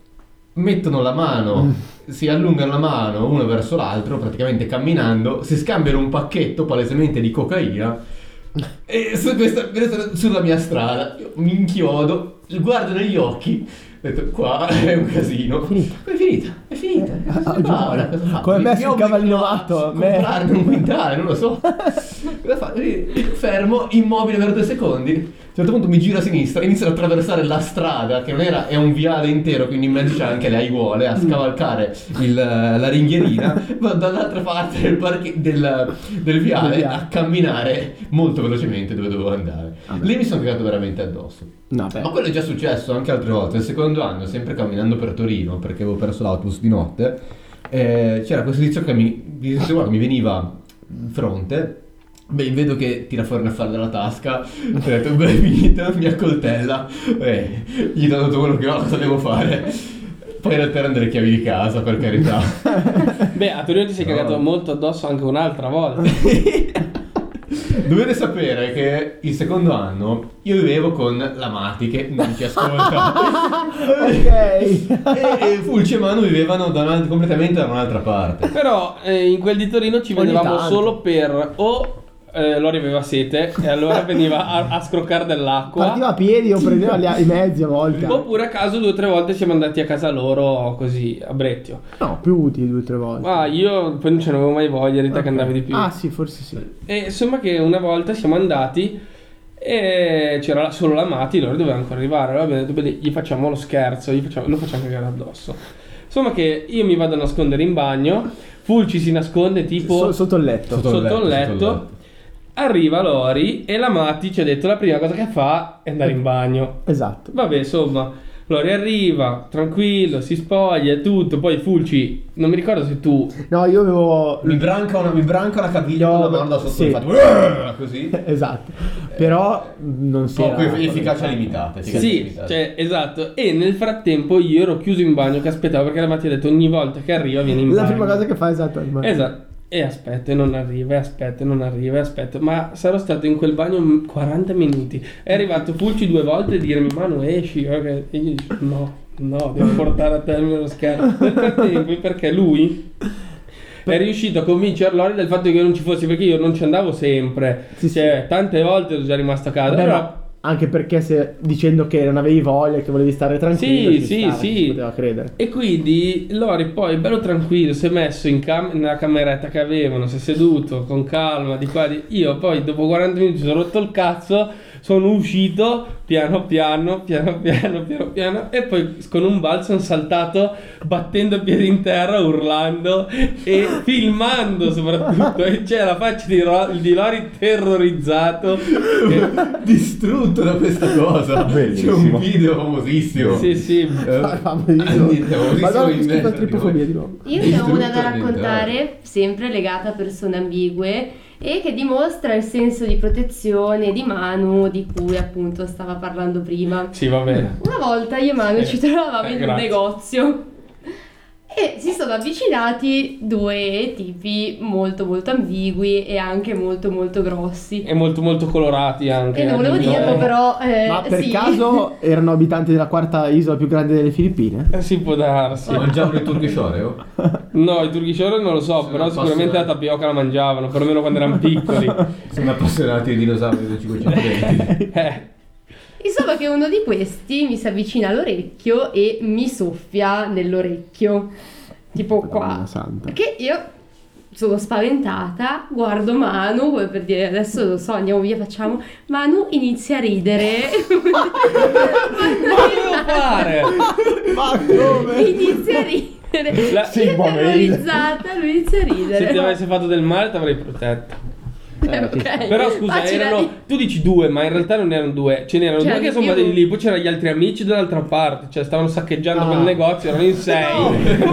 S3: Mettono la mano, si allungano la mano uno verso l'altro, praticamente camminando, si scambiano un pacchetto palesemente di cocaina e su questa, questa- sulla mia strada io mi inchiodo, guardo negli occhi, ho detto qua è un casino. È finita, Eh, è finita.
S1: Ah,
S3: Cosa
S1: ah,
S3: si fa ora?
S1: giovane.
S3: Cosa fa?
S1: Come
S3: Mi-
S1: me
S3: mi
S1: sul
S3: obbligo
S1: Cavallino
S3: a
S1: Vatto, me-
S3: Comprarne un quintale, non lo [laughs] so. Cosa fa? Lì, Fermo, immobile per due secondi. A un certo punto mi giro a sinistra, inizio ad attraversare la strada, che non era, è un viale intero, quindi in mezzo c'è anche le aiuole, a
S1: Mm.
S3: scavalcare il- eh,
S1: [laughs]
S3: la ringhierina, vado dall'altra parte del, parche- del- del
S1: Del
S3: viale
S1: viale. Ah
S3: a camminare molto velocemente dove dovevo andare. Lì mi sono cagato veramente addosso.
S1: No, beh.
S3: Ma quello è già successo anche altre volte. Il secondo anno, sempre camminando per Torino, perché avevo perso l'autobus di notte, eh, c'era questo tizio che mi, mi disse, "Guarda, mi veniva in fronte. Beh, vedo che tira fuori un affare dalla tasca, ho detto, beh, è finita, mi accoltella, eh, gli do tutto quello che ho, cosa devo fare? Poi era per andare le chiavi di casa, per carità.
S2: Beh, a Torino ti sei cagato molto addosso anche un'altra volta.
S3: Dovete sapere che il secondo anno io vivevo con la Mati che non ci ascolta.
S1: Ok.
S3: [laughs] e, e Fulci e Manu vivevano da una- completamente da un'altra parte.
S2: Però eh, in quel di Torino ci
S1: Ogni
S2: vedevamo
S1: tanto.
S2: solo per o eh, Lori aveva sete e allora veniva a, a scroccare
S1: Partiva
S2: dell'acqua.
S1: a piedi o prendeva gli- i mezzi a volte.
S2: Oppure a caso due o tre volte siamo andati a casa loro così a Brettio.
S1: No, più utili due o tre volte.
S2: Ma io poi non ce n'avevo mai voglia, Rita che andavi di più.
S1: Ah, sì, forse sì.
S2: E insomma che una volta siamo andati e c'era la- solo la Mati, loro dovevano ancora arrivare. Allora abbiamo detto, "Beh, gli facciamo lo scherzo, gli facciamo, lo facciamo cagare addosso. Insomma che io mi vado a nascondere in bagno, Fulci si nasconde tipo
S1: So- sotto il letto.
S3: Sotto
S2: sotto,
S3: il
S2: il
S3: letto,
S2: letto.
S3: sotto il letto.
S2: Arriva Lori e la Mati ci ha detto la prima cosa che fa è andare in bagno.
S1: Esatto.
S2: Vabbè, insomma, Lori arriva, tranquillo, si spoglia e tutto. Poi Fulci, non mi ricordo se tu
S1: No, io avevo...
S3: Mi branca una, mi branca una caviglia
S1: No,
S3: con la mano da sotto
S1: sì.
S3: e faccio "Urgh", così.
S1: [laughs] Esatto. Però non si
S3: Poco
S1: era...
S3: efficacia limitata. efficacia
S2: Sì,
S3: limitata.
S2: cioè, esatto. E nel frattempo io ero chiuso in bagno che aspettavo perché la Matti ha detto ogni volta che arriva viene in
S1: La
S2: bagno.
S1: prima cosa che fa è esatto. il bagno.
S2: Esatto. E aspetto e non arriva, e aspetto e non arriva, e aspetto. Ma sarò stato in quel bagno m- 40 minuti. È arrivato Fulci due volte e dirmi Manu esci. ok?" E io dico no, no, devo portare a termine lo scherzo. Nel frattempo perché lui... È riuscito a convincere Lori del fatto che io non ci fossi perché io non ci andavo sempre.
S1: Sì,
S2: cioè, tante volte ero già rimasto a casa.
S1: Vabbè,
S2: però-
S1: ma anche perché se dicendo che non avevi voglia, che volevi stare tranquillo,
S2: Sì,
S1: ci
S2: sì,
S1: stava,
S2: sì.
S1: ci si poteva credere.
S2: E quindi Lori poi bello tranquillo si è messo in cam- nella cameretta che avevano, si è seduto con calma di qua di... Io poi dopo 40 minuti sono rotto il cazzo, sono uscito piano piano, piano [laughs] piano, piano piano e poi con un balzo sono saltato battendo piedi in terra, urlando e filmando soprattutto e c'è la faccia di, Ro- di Lori terrorizzato. che-
S3: [laughs] Distrutto da questa cosa.
S5: Bellissimo.
S3: C'è un video famosissimo.
S2: sì sì,
S3: Eh,
S1: Ah, famosissimo.
S3: niente, famosissimo
S1: Madonna,
S3: in
S1: che schifo
S3: mezzo,
S1: tripofobia di
S3: tipo,
S1: nuovo.
S4: Io ne ho
S3: Distrutto
S4: una da
S3: all'interno.
S4: raccontare, sempre legata a persone ambigue e che dimostra il senso di protezione di Manu di cui appunto stava parlando prima.
S2: sì va bene.
S4: Una volta io e Manu
S2: Eh,
S4: ci trovavamo
S2: eh,
S4: in un
S2: grazie.
S4: negozio e si sono avvicinati due tipi molto molto ambigui e anche molto molto grossi.
S2: E molto molto colorati anche.
S4: E Eh, non volevo
S2: anche
S4: dirlo
S2: loro.
S4: però... eh,
S1: Ma per
S4: sì.
S1: caso erano abitanti della quarta isola più grande delle Filippine?
S2: Eh, Si può darsi.
S3: Sì, mangiavano oh? il turkish oreo?
S2: No, i turkish ore non lo so,
S3: Sono
S2: però sicuramente la
S3: appassionati.
S2: tapioca la mangiavano, perlomeno quando erano
S4: [laughs]
S2: piccoli.
S3: Sono appassionati di dinosauri del 500 denti.
S2: Eh,
S4: [laughs] Insomma che uno di questi mi si avvicina all'orecchio e mi soffia nell'orecchio. Tipo qua.
S1: Madonna santa.
S4: Perché io sono spaventata, guardo Manu, come per dire adesso non so, andiamo via, facciamo. Manu inizia
S1: [laughs]
S4: a ridere.
S2: Ma che devo fare?
S1: Ma come?
S4: inizia a ridere.
S2: La-
S4: Io
S1: Sigma mail.
S4: terrorizzata, lui inizia a
S2: Se ti
S4: ridere.
S2: avessi fatto del male ti avrei protetto.
S4: Eh, [laughs] ok.
S2: Però scusa,
S4: Facile
S2: erano-
S4: di-
S2: tu dici due, ma in realtà non erano due. Ce n'erano
S4: Cioè,
S2: due che
S4: di
S2: sono
S4: più.
S2: andati lì, poi c'erano gli altri amici dall'altra parte, cioè stavano saccheggiando
S1: Ah.
S2: quel negozio, erano in sei.
S4: Ma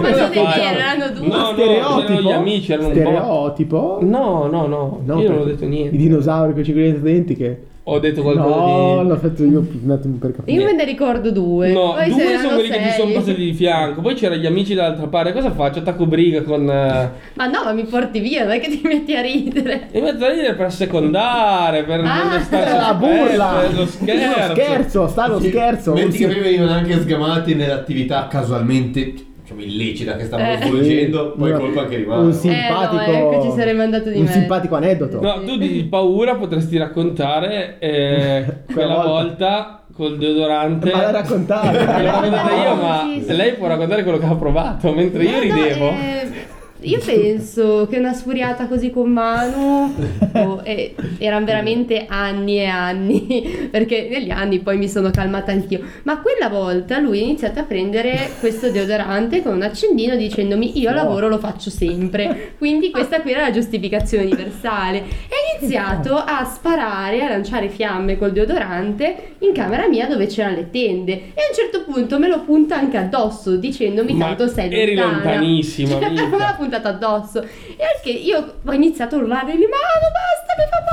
S2: [laughs] Cosa
S4: non è
S2: fai?
S4: vero, erano due.
S2: No, no, c'erano gli amici, erano un po'.
S1: Stereotipo?
S2: No, no, no,
S1: No,
S2: io non ho
S1: perché
S2: detto niente.
S1: I dinosauri con i 500 denti che...
S2: Ho detto qualcosa
S1: No,
S2: di...
S1: l'ho fatto io un attimo per capire.
S4: Io me ne ricordo due.
S2: No,
S4: poi se
S2: due
S4: erano
S2: sono quelli che ti
S4: sei-
S2: sono passati di fianco. Poi c'erano gli amici dall'altra parte. Cosa faccio? Attacco briga con. eh,
S4: Ma no, ma mi porti via, non è che ti metti a ridere.
S2: E mi metto a ridere per secondare, per
S4: Ah.
S2: non stare
S1: Era la
S2: sul
S1: [laughs]
S2: pezzo,
S1: burla!
S2: è Lo scherzo.
S1: scherzo, sta Ah, lo
S3: Sì,
S1: scherzo! non
S3: eh, Metti
S1: si-
S3: che poi venivano anche sgamati nell'attività casualmente diciamo illecita che
S4: Eh.
S3: stavano svolgendo, poi
S1: Una-
S3: colpa che
S1: Un
S3: rimane.
S1: simpatico...
S4: Eh, no, ecco, ci sarei mandato di
S1: Un
S4: me.
S1: simpatico aneddoto.
S2: No, tu di paura potresti raccontare eh, quella,
S1: [laughs] Quella
S2: volta.
S1: volta.
S2: col
S3: eh,
S2: deodorante.
S1: Ma l'ha raccontato.
S2: L'ho raccontata io,
S4: No,
S2: ma
S4: sì, sì.
S2: lei può raccontare quello che ha provato mentre io
S4: No, no,
S2: ridevo.
S4: eh, io penso che una sfuriata così con mano boh, eh, erano veramente anni e anni, [laughs] perché negli anni poi mi sono calmata anch'io. Ma quella volta lui ha iniziato a prendere questo deodorante con un accendino dicendomi io a
S1: No.
S4: lavoro lo faccio sempre. Quindi questa qui era la giustificazione universale. E ha iniziato a sparare, a lanciare fiamme col deodorante in camera mia dove c'erano le tende. E a un certo punto me lo punta anche addosso dicendomi
S2: Ma
S4: tanto sei
S2: eri
S4: lontana. [laughs]
S2: lontanissima,
S4: Cioè,
S2: amica.
S4: me l'ha puntato addosso. E anche io ho iniziato a urlare lì, Manu basta, mi fa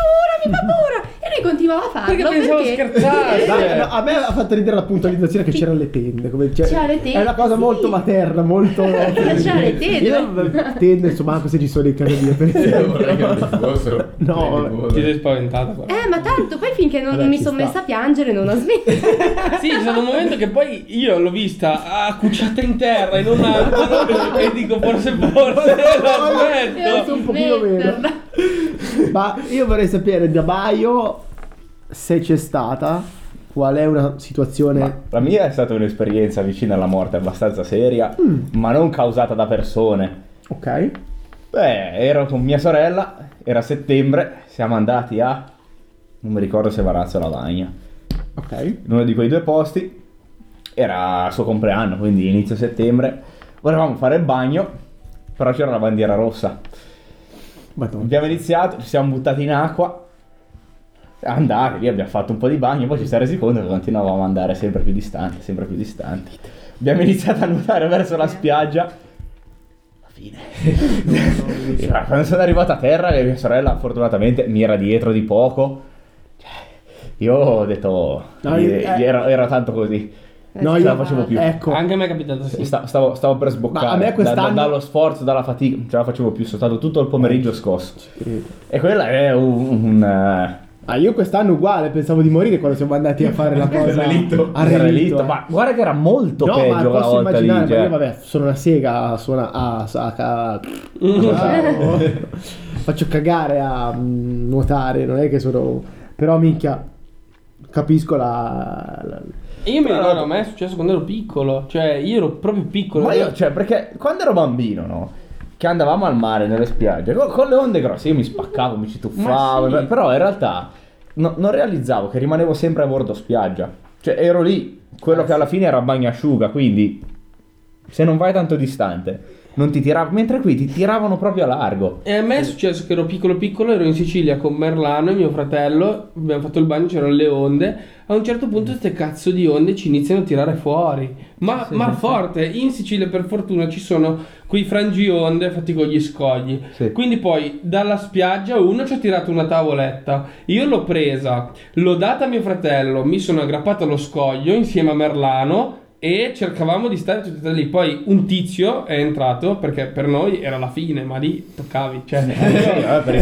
S4: paura, mi fa paura. E lui continuava a farlo.
S2: Perché pensavo scherzasse.
S1: Dai, no, a me ha fatto ridere la puntualizzazione che c'erano le tende. Come, cioè,
S4: C'era le tende,
S1: È una cosa
S4: sì.
S1: molto materna,
S4: [laughs]
S1: molto.
S4: C'era le tende.
S1: Io, tende, insomma, anche se ci sono in casa mia, per
S3: Io
S1: esempio.
S3: [laughs] vorrei che non ci fossero.
S1: [laughs] No,
S3: Vorrei che
S1: vabbè.
S2: Ti sei
S3: fossero.
S2: spaventata. guarda.
S4: Eh, ma tanto poi finché non
S1: Vabbè,
S4: mi
S1: ci
S4: sono
S1: sta.
S4: messa a piangere non ho smesso.
S2: Sì, c'è stato un momento che poi io l'ho vista accucciata in terra in un angolo e dico forse forse la
S4: E ho
S2: smetto.
S1: un pochino
S4: smesso.
S1: meno. Ma io vorrei sapere da Baio se c'è stata, qual è una situazione.
S5: La mia è stata un'esperienza vicina alla morte abbastanza seria, ma non causata da persone.
S1: Ok.
S5: Beh, ero con mia sorella, era settembre, siamo andati a... non mi ricordo se Varazzo o Lavagna.
S1: Ok.
S5: in uno di quei due posti. Era il suo compleanno, quindi inizio settembre. Volevamo fare il bagno, però c'era la bandiera rossa.
S1: Madonna.
S5: Abbiamo iniziato, ci siamo buttati in acqua. Andare lì, abbiamo fatto un po' di bagno, poi ci siamo resi conto che continuavamo ad andare sempre più distanti, sempre più distanti. Abbiamo iniziato a nuotare [laughs] verso la spiaggia. Alla fine. E guarda, Quando sono arrivato a terra, che mia sorella fortunatamente mi era dietro di poco. cioè, Io ho detto.
S1: No,
S5: gli-
S1: io- eh.
S5: gli ero, ero tanto così.
S1: No,
S5: Non
S1: io
S5: ce la facevo più.
S1: Ecco.
S2: Anche a me è capitato sì.
S5: Sta- Stavo, stavo per sboccare.
S1: Ma a me quest'anno-
S5: dallo sforzo, dalla fatica, non ce la facevo più. Sono stato tutto il pomeriggio scosso. E quella è un. un, eh,
S1: Ah, io quest'anno uguale, pensavo di morire quando siamo andati a fare la cosa.
S3: relitto.
S1: Al
S5: era
S1: relitto,
S5: lì-
S1: Esatto. eh.
S5: Ma guarda che era molto
S1: No, ma
S5: peggio la
S1: posso
S5: volta lì.
S1: immaginare, ma
S5: cioè.
S1: io vabbè, sono una sega, suona a... a, a-
S5: [laughs]
S1: faccio cagare a mm, nuotare, non è che sono... Però minchia, capisco la... la-
S2: E Io mi
S5: Però-
S2: ricordo, a me è successo quando ero piccolo, cioè io ero proprio piccolo.
S5: Ma io, cioè, perché quando ero bambino, no? Che andavamo al mare nelle spiagge co- con, le onde grosse, io mi spaccavo, mi ci tuffavo,
S2: Ma sì.
S5: però in realtà no- non realizzavo che rimanevo sempre a bordo spiaggia. Cioè, ero lì,
S1: Eh
S5: quello che alla fine era bagnasciuga, quindi se non vai tanto distante, non ti tiravano, mentre qui ti tiravano proprio a largo.
S2: E a me è successo che ero piccolo piccolo, ero in Sicilia con Merlano e mio fratello, abbiamo fatto il bagno, c'erano le onde, a un certo punto queste cazzo di onde ci iniziano a tirare fuori, ma, ma forte, in Sicilia per fortuna ci sono quei frangionde fatti con gli scogli,
S5: Sì.
S2: quindi poi dalla spiaggia uno ci ha tirato una tavoletta, io l'ho presa, l'ho data a mio fratello, mi sono aggrappato allo scoglio insieme a Merlano e cercavamo di stare tutti e tre lì. Poi un tizio è entrato perché per noi era la fine, ma lì toccavi. Cioè,
S5: eh, per i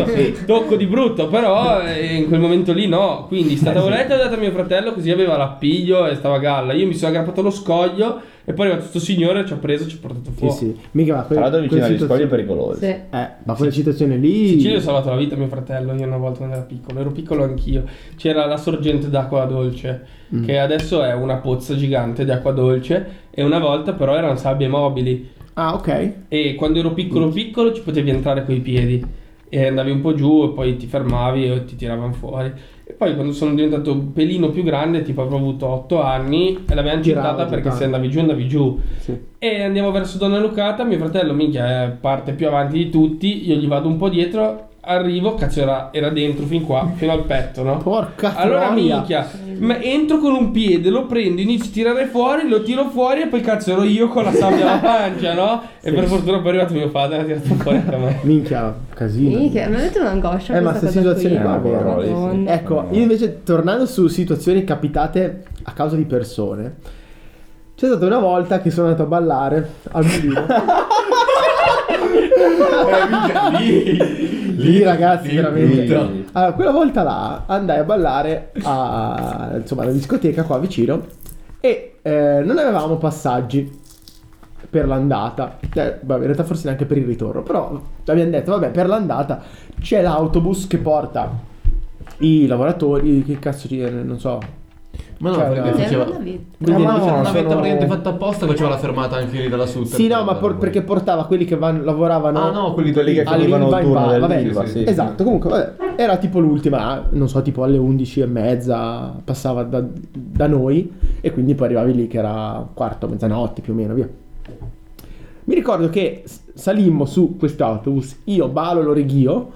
S2: [laughs] adesso tocco di brutto, però eh, in quel momento lì no. Quindi
S5: Eh,
S2: sta tavoletta è data a mio fratello, così aveva l'appiglio e stava a galla. Io mi sono aggrappato allo scoglio e poi è arrivato questo signore, ci ha preso e ci ha portato
S1: Sì,
S2: fuori.
S1: sì. Mica, ma
S5: Oh. Tra
S1: quella,
S5: l'altro vicino
S1: quella
S5: agli scogli è
S1: situazione...
S5: pericoloso.
S4: Sì.
S1: Eh, ma quella situazione lì...
S2: In Sicilia ho salvato la vita a mio fratello, io una volta quando ero piccolo, ero piccolo anch'io. C'era la sorgente d'acqua dolce,
S1: Mm.
S2: che adesso è una pozza gigante di acqua dolce, e una volta però erano sabbie mobili.
S1: Ah, ok.
S2: E quando ero piccolo piccolo ci potevi entrare coi piedi e andavi un po' giù e poi ti fermavi e ti tiravano fuori. E poi quando sono diventato un pelino più grande, tipo avrò avuto 8 anni, e l'abbiamo
S1: Girava,
S2: gettata perché
S1: girava.
S2: se andavi giù andavi giù.
S1: Sì.
S2: E andiamo verso Donna Lucata, mio fratello minchia eh, parte più avanti di tutti, io gli vado un po' dietro, arrivo, cazzo era, era dentro fin qua, fino al petto, no?
S1: Porca
S2: Allora
S1: troia.
S2: minchia, ma entro con un piede, lo prendo, inizio a tirare fuori, lo tiro fuori e poi cazzo ero io con la sabbia alla pancia, no? E per fortuna poi è arrivato mio padre e l'ha tirato fuori anche a me.
S1: Minchia, casino.
S4: Minchia, mi avete un'angoscia
S1: Eh, ma
S4: questa
S1: sta
S4: cosa
S1: situazione
S4: qui.
S1: qua, vero?
S4: Madonna.
S1: Ecco, io invece tornando su situazioni capitate a causa di persone, c'è stata una volta che sono andato a ballare al mulino.
S3: [laughs] lì,
S1: Lì, ragazzi,
S3: lì,
S1: veramente.
S3: brutto.
S1: Allora, quella volta là andai a ballare a, insomma, alla discoteca qua vicino e eh, non avevamo passaggi per l'andata. Eh, vabbè, in realtà forse neanche per il ritorno, però abbiamo detto, vabbè, per l'andata c'è l'autobus che porta i lavoratori, che cazzo ci non so.
S3: Ma no,
S1: Cioè,
S3: perché
S1: no.
S4: Cioè,
S3: faceva...
S4: non l'avete.
S1: Quindi
S3: Quindi
S1: no,
S3: faceva una
S1: sono-
S3: vetta praticamente fatta apposta faceva la fermata anche lì dalla sud.
S1: Sì, no, ma por- perché portava quelli che van- lavoravano
S3: Ah no, quelli
S5: Quelli che
S3: che...
S1: Ah, lì
S5: facevano
S1: vai
S5: il
S1: in
S5: turno
S1: va- vabbè,
S5: dell'Ilva,
S3: sì,
S5: sì.
S1: Esatto, comunque vabbè, era tipo l'ultima, non so, tipo alle 11 e mezza passava da, da noi e quindi poi arrivavi lì che era quarto, mezzanotte più o meno, via. Mi ricordo che s- salimmo su quest'autobus, io, Balo, Loreghio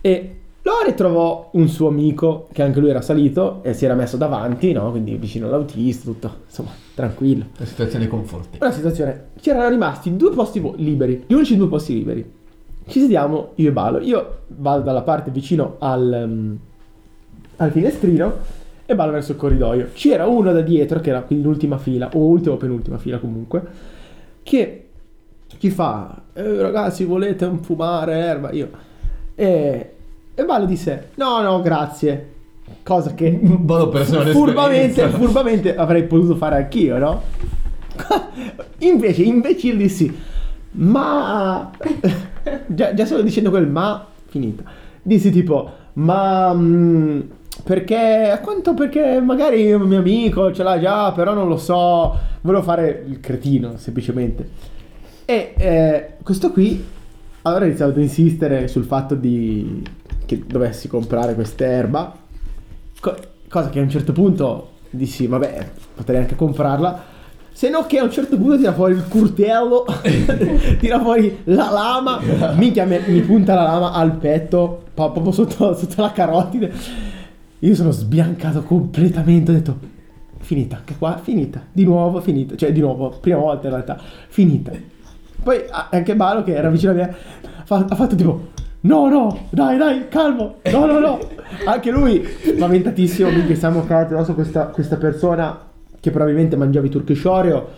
S1: e Lore trovò un suo amico che anche lui era salito e si era messo davanti, no? Quindi vicino all'autista, tutto, insomma, tranquillo.
S3: La situazione conforti.
S1: Una situazione, c'erano rimasti due posti vo- liberi, gli unici due posti liberi. Ci sediamo io e Balo. Io vado dalla parte vicino al, mm, al finestrino e Balo verso il corridoio. C'era uno da dietro, che era quindi l'ultima fila, o ultima o penultima fila comunque, che ci fa, "Eh, ragazzi volete un fumare erba? Io. E, e Balo disse, no no grazie. Cosa che
S3: Bolo personale
S1: furbamente, furbamente avrei potuto fare anch'io, no? [laughs] Invece, imbecille dissi, ma... [laughs] già, già solo dicendo quel ma, finita. Dissi tipo, ma... mm, perché, a quanto perché magari un mio amico ce l'ha già, però non lo so, volevo fare il cretino, semplicemente. E eh, questo qui, allora ho iniziato ad insistere sul fatto di... che dovessi comprare quest'erba. Co- cosa che a un certo punto dissi, vabbè, potrei anche comprarla. Se no che a un certo punto tira fuori il curtello, [laughs] tira fuori la lama, minchia me- mi, punta la lama al petto, pa- proprio sotto, sotto la carotide. Io sono sbiancato completamente, ho detto, finita, anche qua, finita, di nuovo, finita, cioè di nuovo, prima volta in realtà, finita. Poi a- anche Balo che era vicino a me ha fa- ha fatto tipo... No, no, dai, dai, calmo. No, no, no. Anche lui, spaventatissimo, minchia, siamo calati adesso questa, questa persona che probabilmente mangiava i turkish Oreo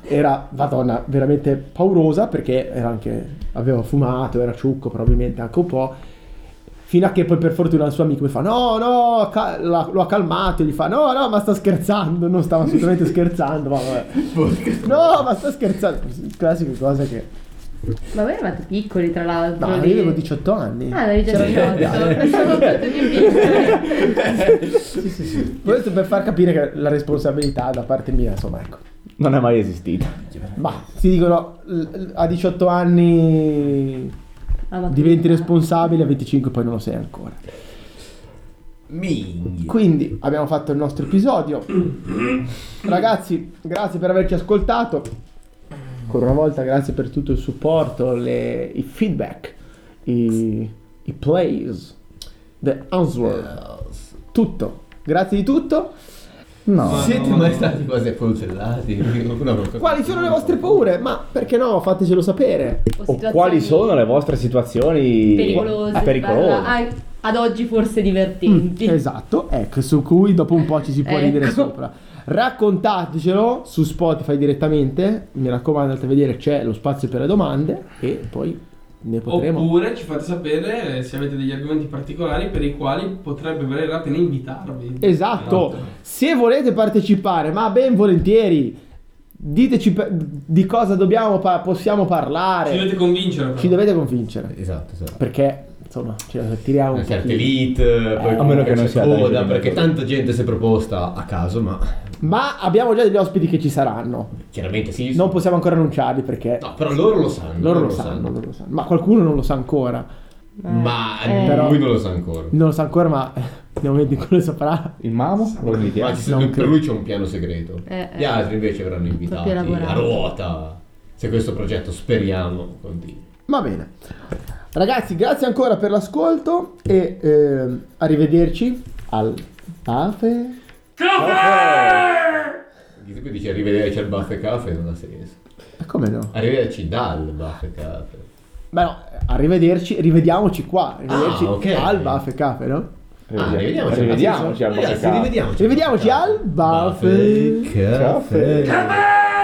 S1: era, madonna, veramente paurosa perché era anche, aveva fumato, era ciucco probabilmente anche un po'. Fino a che poi per fortuna il suo amico mi fa no, no, ca- la- lo ha calmato, gli fa no, no, ma sta scherzando, non stava assolutamente scherzando, ma vabbè. No, ma sta scherzando. Classica cosa che...
S4: Ma voi eravate piccoli, tra l'altro.
S1: No, io
S4: lì.
S1: avevo 18 anni.
S4: Ah, avevi già
S1: C'era- [laughs]
S4: 18. Pensavo tutti più piccoli.
S1: Questo per far capire che la responsabilità da parte mia, insomma, ecco.
S5: Non è mai esistita.
S1: Ma si dicono l- l- a 18 anni
S4: Ah, ma-
S1: [laughs] diventi responsabile, a 25 poi non lo sei ancora.
S3: Minghi.
S1: Quindi abbiamo fatto il nostro episodio. Ragazzi, grazie per averci ascoltato. Ancora una volta grazie per tutto il supporto, le- i feedback, i, i plays, the answer, tutto. Grazie di tutto.
S5: No.
S3: Siete mai stati quasi affoncellati?
S1: Quali sono le vostre paure? Ma perché no? Fatecelo sapere.
S5: O
S4: situazioni
S5: quali sono le vostre situazioni
S4: pericolose,
S5: Ah, pericolose.
S4: barra- an- ad oggi forse divertenti.
S1: Esatto, ecco, su cui dopo un po' ci si può
S4: Ecco.
S1: ridere sopra. Raccontatecelo su Spotify direttamente. Mi raccomando, andate a vedere, c'è lo spazio per le domande e poi ne potremo.
S2: Oppure ci fate sapere eh, se avete degli argomenti particolari per i quali potrebbe valere la pena invitarvi.
S1: Esatto. Se volete partecipare, ma ben volentieri, diteci per- di cosa dobbiamo pa- possiamo parlare.
S2: Ci dovete convincere. però.
S1: Ci dovete convincere.
S3: Esatto, esatto.
S1: Perché, insomma, ce la tiriamo un Eh,
S3: Una certa
S1: po'.
S3: elite, poi
S5: a meno che non
S3: c'è
S5: sia
S3: coda,
S5: Davide
S3: perché
S5: Mendoza.
S3: tanta gente si è proposta a caso, ma
S1: Ma abbiamo già degli ospiti che ci saranno.
S3: Chiaramente sì.
S1: Non possiamo ancora annunciarli perché
S3: No, però loro lo sanno.
S1: loro lo sanno, loro lo sanno. Ma qualcuno non lo sa ancora.
S3: Ma
S4: Eh,
S1: però-
S3: lui non lo sa ancora.
S1: Non lo sa ancora, ma [laughs] nel momento in cui lo saprà.
S5: Il mamo? Lo
S3: Ma
S5: invitiamo.
S3: ci sono-
S1: eh, non
S3: per
S1: credo.
S3: lui c'è un piano segreto.
S4: Eh, eh.
S3: Gli altri invece verranno invitati a
S4: elaborato.
S3: ruota. Se questo progetto speriamo continui.
S1: Va bene. Ragazzi, grazie ancora per l'ascolto e ehm, arrivederci al AFE.
S3: Chi qui dice arrivederci al Buff e Cafe non ha senso.
S1: Eh, Come no?
S3: Arrivederci dal Buff e Cafe.
S1: Beh no, arrivederci, rivediamoci qua. Arrivederci
S3: Ah, ok.
S1: al BAFE Cafe, no?
S3: Ah, rivediamoci.
S5: Rivediamoci al
S3: Ragazzi,
S5: Baffa Cup.
S3: rivediamoci.
S1: Rivediamoci al Buff e
S3: Cafe.
S5: Cafe.